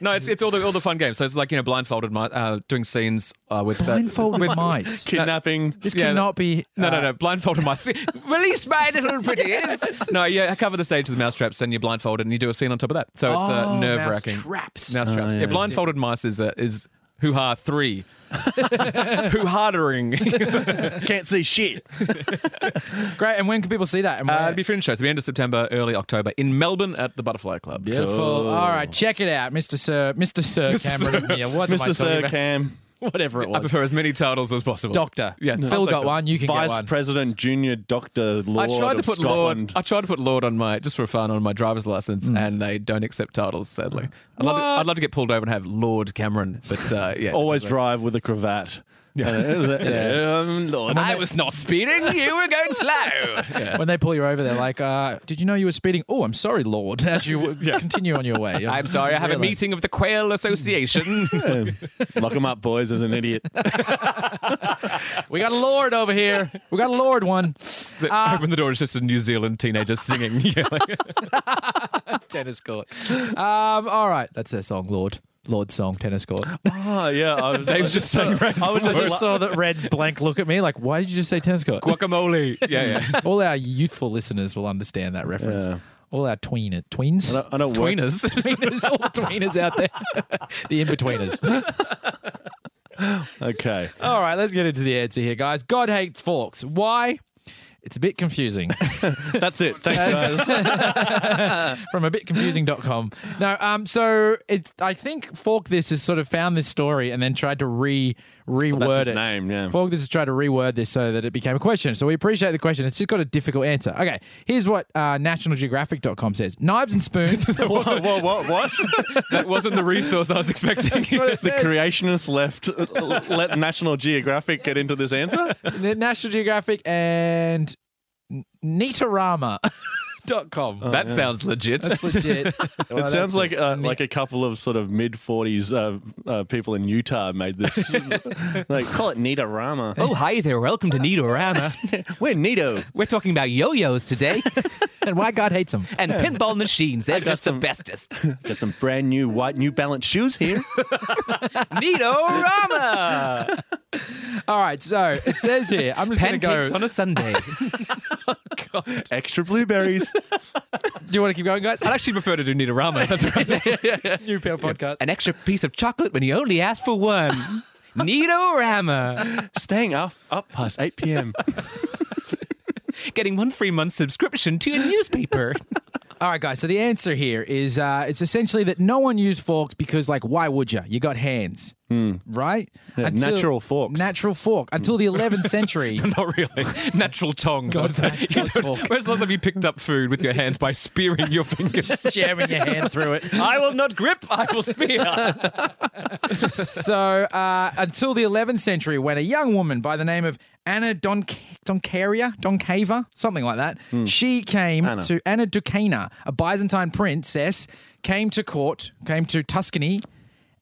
[SPEAKER 3] No, it's it's all the all the fun games. So it's like you know, blindfolded, mi- uh, doing scenes uh, with
[SPEAKER 1] Blindfolded
[SPEAKER 3] with, *laughs*
[SPEAKER 1] mice.
[SPEAKER 2] Kidnapping.
[SPEAKER 1] This
[SPEAKER 3] Yeah,
[SPEAKER 1] cannot be.
[SPEAKER 3] No,
[SPEAKER 1] uh,
[SPEAKER 3] no, no. Blindfolded mice. *laughs* Release my
[SPEAKER 1] *laughs*
[SPEAKER 3] little pretties. no, yeah, I cover the stage with mouse traps, and you're blindfolded, and you do a scene on top of that. So it's
[SPEAKER 1] Oh,
[SPEAKER 3] uh,
[SPEAKER 1] mouse
[SPEAKER 3] nerve wracking.
[SPEAKER 1] traps.
[SPEAKER 3] Mouse
[SPEAKER 2] Oh,
[SPEAKER 3] traps. yeah, blindfolded mice is uh, is hoo ha three. hoo
[SPEAKER 2] *laughs*
[SPEAKER 3] hardering.
[SPEAKER 2] Can't see shit.
[SPEAKER 1] Great. And when can people see that? And
[SPEAKER 3] uh,
[SPEAKER 1] where?
[SPEAKER 3] it'll be fringe shows. It'll be end of September, early October in Melbourne at the Butterfly Club.
[SPEAKER 1] Beautiful. All right, check it out, Mr. Sir, Mr. Sir Cameron of Mia. What am I
[SPEAKER 2] Mr.
[SPEAKER 1] talking
[SPEAKER 2] Sir
[SPEAKER 1] about?
[SPEAKER 2] Cam,
[SPEAKER 1] Whatever it
[SPEAKER 3] I
[SPEAKER 1] was.
[SPEAKER 3] prefer as many titles as possible.
[SPEAKER 1] Doctor.
[SPEAKER 3] Yeah,
[SPEAKER 1] Phil
[SPEAKER 3] sounds like
[SPEAKER 1] got
[SPEAKER 3] a-
[SPEAKER 1] one. You can get
[SPEAKER 2] Vice
[SPEAKER 1] one.
[SPEAKER 2] President, Junior Doctor,
[SPEAKER 3] I
[SPEAKER 2] Lord
[SPEAKER 3] tried to
[SPEAKER 2] of
[SPEAKER 3] put
[SPEAKER 2] Scotland. Mm.
[SPEAKER 3] Lord. I tried to put Lord on my just for fun on my driver's license, and they don't accept titles. Sadly, I'd love, to,
[SPEAKER 1] What?
[SPEAKER 3] I'd love to get pulled over and have Lord Cameron, but uh, yeah,
[SPEAKER 2] Always drive with a cravat. Uh, *laughs* Yeah. Um, Lord.
[SPEAKER 3] I was not speeding. You were going slow.
[SPEAKER 1] *laughs*
[SPEAKER 3] Yeah.
[SPEAKER 1] When they pull you over, they're like, uh, "Did you know you were speeding?" Oh, I'm sorry, Lord. *laughs* As
[SPEAKER 3] *laughs*
[SPEAKER 1] you continue on your way,
[SPEAKER 3] I'm sorry. I have a
[SPEAKER 1] Really?
[SPEAKER 3] meeting of the Quail Association.
[SPEAKER 2] *laughs* Lock him up, boys, as an idiot.
[SPEAKER 1] We got a Lord over here. We got a Lord
[SPEAKER 3] *laughs*
[SPEAKER 1] one.
[SPEAKER 3] Open *laughs* the door. It's just a New Zealand teenager *laughs* singing. Yeah, like-
[SPEAKER 1] tennis court. Um, all right, that's their song, Lord. Lord song, tennis court.
[SPEAKER 2] *laughs* Oh, yeah. I was,
[SPEAKER 3] Dave's just saying random
[SPEAKER 2] I was
[SPEAKER 1] I
[SPEAKER 2] just
[SPEAKER 1] just saw that Red's blank look at me, like, why did you just say tennis court? *laughs*
[SPEAKER 3] *laughs* guacamole. Yeah, yeah.
[SPEAKER 1] All our youthful listeners will understand that reference.
[SPEAKER 2] Yeah.
[SPEAKER 1] all our tweener, tweens.
[SPEAKER 2] I don't, I don't work. *laughs*
[SPEAKER 3] Tweeners.
[SPEAKER 1] tweeners, all tweeners out there, *laughs* the in
[SPEAKER 2] *laughs*
[SPEAKER 1] betweeners.
[SPEAKER 2] Okay.
[SPEAKER 1] All right, let's get into the answer here, guys. God hates forks. Why? It's a bit confusing.
[SPEAKER 2] That's it. Thanks, guys.
[SPEAKER 3] *laughs*
[SPEAKER 1] *laughs* from a bit confusing.com. No, um, so it's I think Fork this has sort of found this story and then tried to re reword
[SPEAKER 2] that's his
[SPEAKER 1] it.
[SPEAKER 2] name, yeah.
[SPEAKER 1] Fork this has tried to reword this so that it became a question. So we appreciate the question. It's just got a difficult answer. Okay, here's what uh, nationalgeographic.com says. Knives and
[SPEAKER 3] *laughs*
[SPEAKER 1] spoons.
[SPEAKER 2] *laughs* Whoa, whoa, whoa, *laughs* what?
[SPEAKER 3] that wasn't the resource
[SPEAKER 1] *laughs*
[SPEAKER 3] I was expecting.
[SPEAKER 1] what
[SPEAKER 3] *laughs*
[SPEAKER 1] it
[SPEAKER 2] the
[SPEAKER 1] says.
[SPEAKER 2] creationists left *laughs* let National Geographic get into this answer.
[SPEAKER 1] The National Geographic and N-
[SPEAKER 3] *laughs*
[SPEAKER 1] Neetorama.com.
[SPEAKER 3] that sounds legit.
[SPEAKER 1] *laughs* Legit.
[SPEAKER 2] it sounds like uh, like a couple of sort of mid forties uh, uh, people in Utah made *laughs* this. like call it *laughs* Nidorama.
[SPEAKER 3] oh, hi there. Welcome to Nidorama. *laughs*
[SPEAKER 2] Oh, we're Nido.
[SPEAKER 3] We're talking about yo-yos *laughs* today
[SPEAKER 1] and why God hates
[SPEAKER 3] *laughs*
[SPEAKER 1] them.
[SPEAKER 3] and pinball machines. They're just
[SPEAKER 2] some-
[SPEAKER 3] the bestest.
[SPEAKER 2] Got some brand new white New Balance shoes *laughs* here.
[SPEAKER 3] *laughs* Nidorama.
[SPEAKER 1] All right, so it says here. I'm just going to go.
[SPEAKER 3] Pancakes on a *laughs* Sunday.
[SPEAKER 2] Extra blueberries.
[SPEAKER 1] Do you want to keep going, guys?
[SPEAKER 3] I'd actually prefer to do Nidorama. *laughs* That's right.
[SPEAKER 1] New Pale podcast.
[SPEAKER 3] An extra piece of chocolate when you only ask for *laughs* one. Nidorama.
[SPEAKER 2] Staying up up past eight *laughs* PM.
[SPEAKER 3] Getting one free month subscription to your
[SPEAKER 1] *laughs*
[SPEAKER 3] newspaper. *laughs*
[SPEAKER 1] All right, guys. So the answer here is uh, it's essentially that no one used forks because, like, why would you? You got hands, right? Until-
[SPEAKER 2] Hmm. natural forks.
[SPEAKER 1] Natural fork until the 11th
[SPEAKER 2] *laughs*
[SPEAKER 1] century.
[SPEAKER 3] Not really. Natural tongs. I would say.
[SPEAKER 1] God's
[SPEAKER 3] *laughs* You don't-
[SPEAKER 1] fork.
[SPEAKER 3] Where's the last time you picked up food with your hands by spearing your
[SPEAKER 1] *laughs*
[SPEAKER 3] fingers?
[SPEAKER 1] Jamming your hand through it.
[SPEAKER 3] I will not grip, I
[SPEAKER 1] *laughs*
[SPEAKER 3] will spear.
[SPEAKER 1] So uh, until the 11th century, when a young woman by the name of Anna Don Doncaria, Doncava, something like that, she came
[SPEAKER 2] Hmm. Anna.
[SPEAKER 1] to Anna Ducana, a Byzantine princess, came to court, came to Tuscany,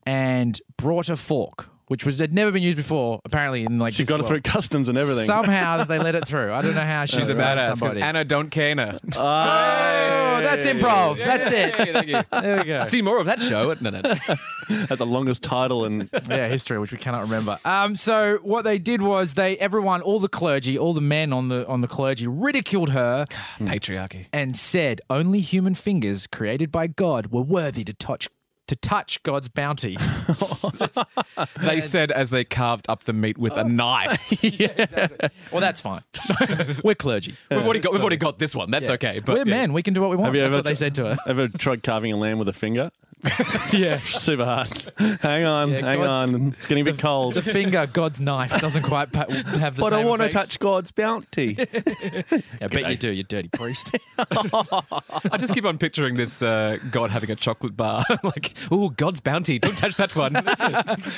[SPEAKER 1] and brought a fork, which was had never been used before, apparently. In like
[SPEAKER 2] She
[SPEAKER 1] this
[SPEAKER 2] got it
[SPEAKER 1] world.
[SPEAKER 2] through customs and everything.
[SPEAKER 1] Somehow they let it through. I don't know how she's
[SPEAKER 3] She's a
[SPEAKER 1] about
[SPEAKER 3] badass. 'cause
[SPEAKER 1] somebody.
[SPEAKER 3] Anna
[SPEAKER 1] *laughs*
[SPEAKER 3] don't care.
[SPEAKER 1] oh, that's improv. That's it.
[SPEAKER 3] thank you.
[SPEAKER 1] There we go.
[SPEAKER 3] See more of that show at minute.
[SPEAKER 2] *laughs* Had the longest title and
[SPEAKER 1] yeah, history, which we cannot remember. Um, so what they did was they, everyone, all the clergy, all the men on the on the clergy, ridiculed her
[SPEAKER 3] Patriarchy.
[SPEAKER 1] and said only human fingers created by God were worthy to touch to touch God's bounty.
[SPEAKER 2] *laughs*
[SPEAKER 3] They said as they carved up the
[SPEAKER 1] *laughs*
[SPEAKER 3] meat with a knife.
[SPEAKER 1] well, that's fine. *laughs* We're clergy.
[SPEAKER 3] We've already got. We've already got this one. That's okay. But
[SPEAKER 1] We're men. We can do what we want.
[SPEAKER 2] Have you
[SPEAKER 1] *laughs* That's
[SPEAKER 2] ever
[SPEAKER 1] what they
[SPEAKER 2] t-
[SPEAKER 1] said to
[SPEAKER 2] *laughs*
[SPEAKER 1] her.
[SPEAKER 2] ever tried carving a lamb with a finger?
[SPEAKER 1] yeah. *laughs*
[SPEAKER 2] Super hard. Hang on,
[SPEAKER 1] Yeah,
[SPEAKER 2] hang
[SPEAKER 1] God-
[SPEAKER 2] on. It's getting a
[SPEAKER 1] *laughs*
[SPEAKER 2] bit cold.
[SPEAKER 1] The finger, God's knife, doesn't quite pa- have the
[SPEAKER 2] but
[SPEAKER 1] same
[SPEAKER 2] I want to
[SPEAKER 1] effect.
[SPEAKER 2] touch God's
[SPEAKER 1] *laughs*
[SPEAKER 2] bounty.
[SPEAKER 1] I bet you do, you dirty priest.
[SPEAKER 3] I just keep on picturing this uh, God having a chocolate bar. *laughs* like, oh, God's bounty. Don't touch that *laughs* one.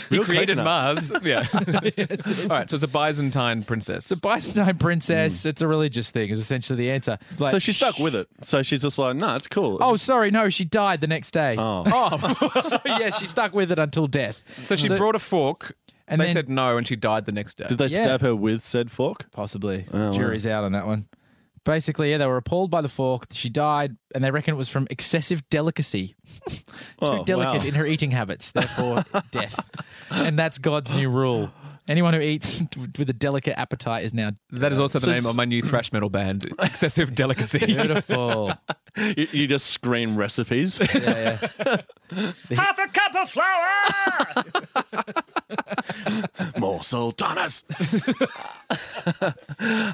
[SPEAKER 3] he created
[SPEAKER 2] coconut.
[SPEAKER 3] Mars. *laughs* Yeah. All right. So it's a Byzantine
[SPEAKER 1] *laughs*
[SPEAKER 3] princess.
[SPEAKER 1] the Byzantine princess, it's a religious thing, is essentially the answer. Like,
[SPEAKER 2] so she stuck with it. So she's just like, no, it's cool.
[SPEAKER 1] Oh, sorry, no, she died the next day. *laughs* Oh, so yeah, she stuck with it until death.
[SPEAKER 3] so she brought a fork.
[SPEAKER 1] And
[SPEAKER 3] And they
[SPEAKER 1] then-
[SPEAKER 3] said no, and she died the next day.
[SPEAKER 2] Did they
[SPEAKER 1] yeah.
[SPEAKER 2] stab her with said fork?
[SPEAKER 1] Possibly,
[SPEAKER 2] wow.
[SPEAKER 1] jury's out on that one. Basically, yeah, they were appalled by the fork. She died, and they reckon it was from excessive delicacy,
[SPEAKER 2] Oh,
[SPEAKER 1] too delicate
[SPEAKER 2] wow.
[SPEAKER 1] in her eating habits, therefore death. And that's God's new rule. Anyone who eats with a delicate appetite is now
[SPEAKER 3] That is also the
[SPEAKER 2] So
[SPEAKER 3] name
[SPEAKER 2] s-
[SPEAKER 3] of my new thrash *laughs* metal band, Excessive Delicacy.
[SPEAKER 1] beautiful.
[SPEAKER 2] You, you just scream recipes.
[SPEAKER 1] yeah, yeah.
[SPEAKER 4] Half a cup of flour!
[SPEAKER 2] *laughs* More sultanas. *laughs*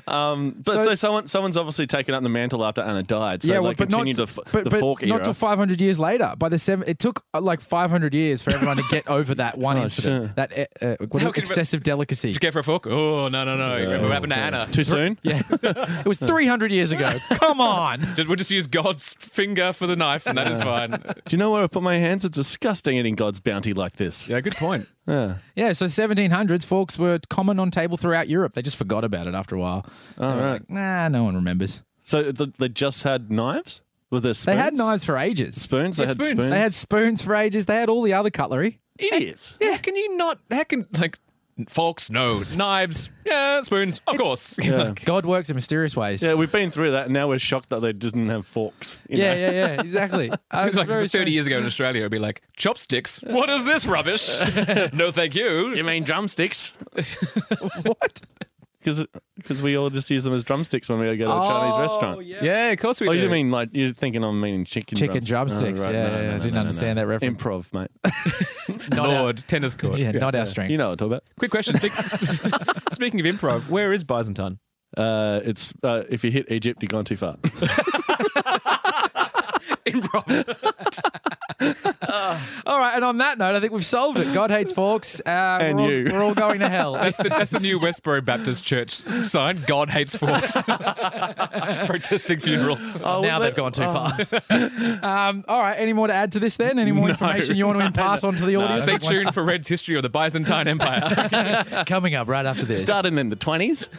[SPEAKER 2] um, but so, someone someone's obviously taken up the mantle after Anna died. So
[SPEAKER 1] yeah,
[SPEAKER 2] they
[SPEAKER 1] well, but not
[SPEAKER 2] continued the, f-
[SPEAKER 1] but,
[SPEAKER 2] the
[SPEAKER 1] but
[SPEAKER 2] fork
[SPEAKER 1] not
[SPEAKER 2] era.
[SPEAKER 1] till 500 years later. By the seven, it took uh, like 500 years for everyone to get over that one incident.
[SPEAKER 2] sure.
[SPEAKER 1] That uh, uh, what
[SPEAKER 3] How can you-
[SPEAKER 1] excessive delicacy.
[SPEAKER 3] Did you go for a fork? Oh, no, no, no. Remember what happened to Anna?
[SPEAKER 2] Too soon?
[SPEAKER 1] Yeah, it was 300 years ago. Come on.
[SPEAKER 3] *laughs* Just- We'll just use God's finger for the knife, and that is fine.
[SPEAKER 2] Do you know where I put my hands? It's disgusting eating God's bounty like this.
[SPEAKER 3] Yeah, good *laughs* point.
[SPEAKER 2] Yeah.
[SPEAKER 1] Yeah, so 1700s forks were common on table throughout Europe. They just forgot about it after a while. They were
[SPEAKER 2] right.
[SPEAKER 1] like, nah, no one remembers.
[SPEAKER 2] So th- they just had knives? Were there
[SPEAKER 1] They
[SPEAKER 2] spoons?
[SPEAKER 1] had knives for ages.
[SPEAKER 2] Spoons?
[SPEAKER 3] Yeah,
[SPEAKER 2] they had
[SPEAKER 3] spoons.
[SPEAKER 2] spoons.
[SPEAKER 1] They had spoons for ages. They had all the other cutlery.
[SPEAKER 2] idiots.
[SPEAKER 1] *laughs*
[SPEAKER 3] How can you not? How can, like, forks? No. Knives? Yeah, spoons? Of course.
[SPEAKER 2] Yeah.
[SPEAKER 1] God works in mysterious ways.
[SPEAKER 2] Yeah, we've been through that. and Now we're shocked that they didn't have forks. you
[SPEAKER 1] yeah,
[SPEAKER 2] know?
[SPEAKER 1] yeah, yeah, exactly. I
[SPEAKER 3] It's *laughs* like 30 years ago in Australia, it'd be like, chopsticks? What is *laughs* this rubbish? no, thank you.
[SPEAKER 2] You mean drumsticks?
[SPEAKER 1] *laughs* What?
[SPEAKER 2] because we all just use them as drumsticks when we go to a
[SPEAKER 1] Oh,
[SPEAKER 2] Chinese restaurant.
[SPEAKER 3] Yeah, of course we
[SPEAKER 2] Oh,
[SPEAKER 3] do.
[SPEAKER 2] you mean like you're thinking I'm meaning chicken? Oh,
[SPEAKER 1] Chicken
[SPEAKER 2] drums-
[SPEAKER 1] drumsticks, yeah, yeah, I didn't understand that reference. *laughs*
[SPEAKER 2] Improv, mate.
[SPEAKER 3] Lord,
[SPEAKER 2] *laughs*
[SPEAKER 3] tennis court.
[SPEAKER 1] Yeah, not our strength.
[SPEAKER 2] you know what I'm talking
[SPEAKER 3] Quick question. Think- *laughs* Speaking of improv, where is Byzantine?
[SPEAKER 2] about. Uh, it's uh, if you hit Egypt, you've gone
[SPEAKER 1] *laughs*
[SPEAKER 2] too far.
[SPEAKER 3] *laughs* Improv.
[SPEAKER 1] All right, and on that note, I think we've solved it. God hates
[SPEAKER 2] *laughs*
[SPEAKER 1] forks, uh,
[SPEAKER 2] And
[SPEAKER 1] we're all,
[SPEAKER 2] you.
[SPEAKER 1] We're all going to
[SPEAKER 2] *laughs*
[SPEAKER 1] hell.
[SPEAKER 3] That's the, that's the new Westboro Baptist Church sign. God hates forks. *laughs* Protesting funerals.
[SPEAKER 1] now
[SPEAKER 2] Oh, well,
[SPEAKER 1] they've
[SPEAKER 2] that-
[SPEAKER 1] gone too
[SPEAKER 3] *laughs*
[SPEAKER 1] far. um, all right, any more to add to this then? Any more information
[SPEAKER 2] *laughs*
[SPEAKER 1] you want to impart onto the audience?
[SPEAKER 3] Stay tuned for Red's history of the
[SPEAKER 2] *laughs*
[SPEAKER 3] Byzantine Empire.
[SPEAKER 1] Coming up right after this.
[SPEAKER 2] Starting in the twenties.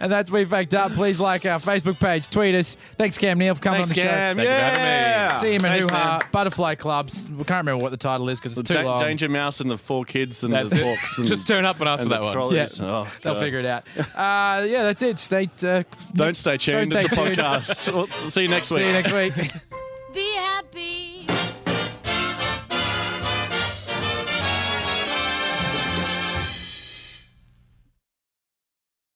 [SPEAKER 1] And that's We Faked Up. Please like our Facebook page, tweet us. Thanks, Cam Neal, for coming
[SPEAKER 2] Thanks,
[SPEAKER 1] on the
[SPEAKER 2] Cam.
[SPEAKER 1] show.
[SPEAKER 2] Yeah.
[SPEAKER 1] See him in
[SPEAKER 2] Thanks,
[SPEAKER 1] Hoo Ha,
[SPEAKER 2] man.
[SPEAKER 1] Butterfly Clubs. We can't remember what the title is because it's too
[SPEAKER 2] Da-
[SPEAKER 1] long.
[SPEAKER 2] Danger Mouse and the four kids and
[SPEAKER 3] That's
[SPEAKER 2] the
[SPEAKER 3] it.
[SPEAKER 2] forks. And,
[SPEAKER 3] Just turn up and ask for
[SPEAKER 2] and
[SPEAKER 3] that
[SPEAKER 2] the
[SPEAKER 3] one.
[SPEAKER 1] Yeah.
[SPEAKER 2] trolleys. Oh,
[SPEAKER 1] They'll
[SPEAKER 2] God.
[SPEAKER 1] figure it out. Uh, yeah, that's it. Stay. Uh,
[SPEAKER 2] Don't stay tuned.
[SPEAKER 1] Don't
[SPEAKER 2] it's a
[SPEAKER 1] stay tuned.
[SPEAKER 2] podcast. We'll see you next
[SPEAKER 1] see
[SPEAKER 2] week. *laughs*
[SPEAKER 1] you next week.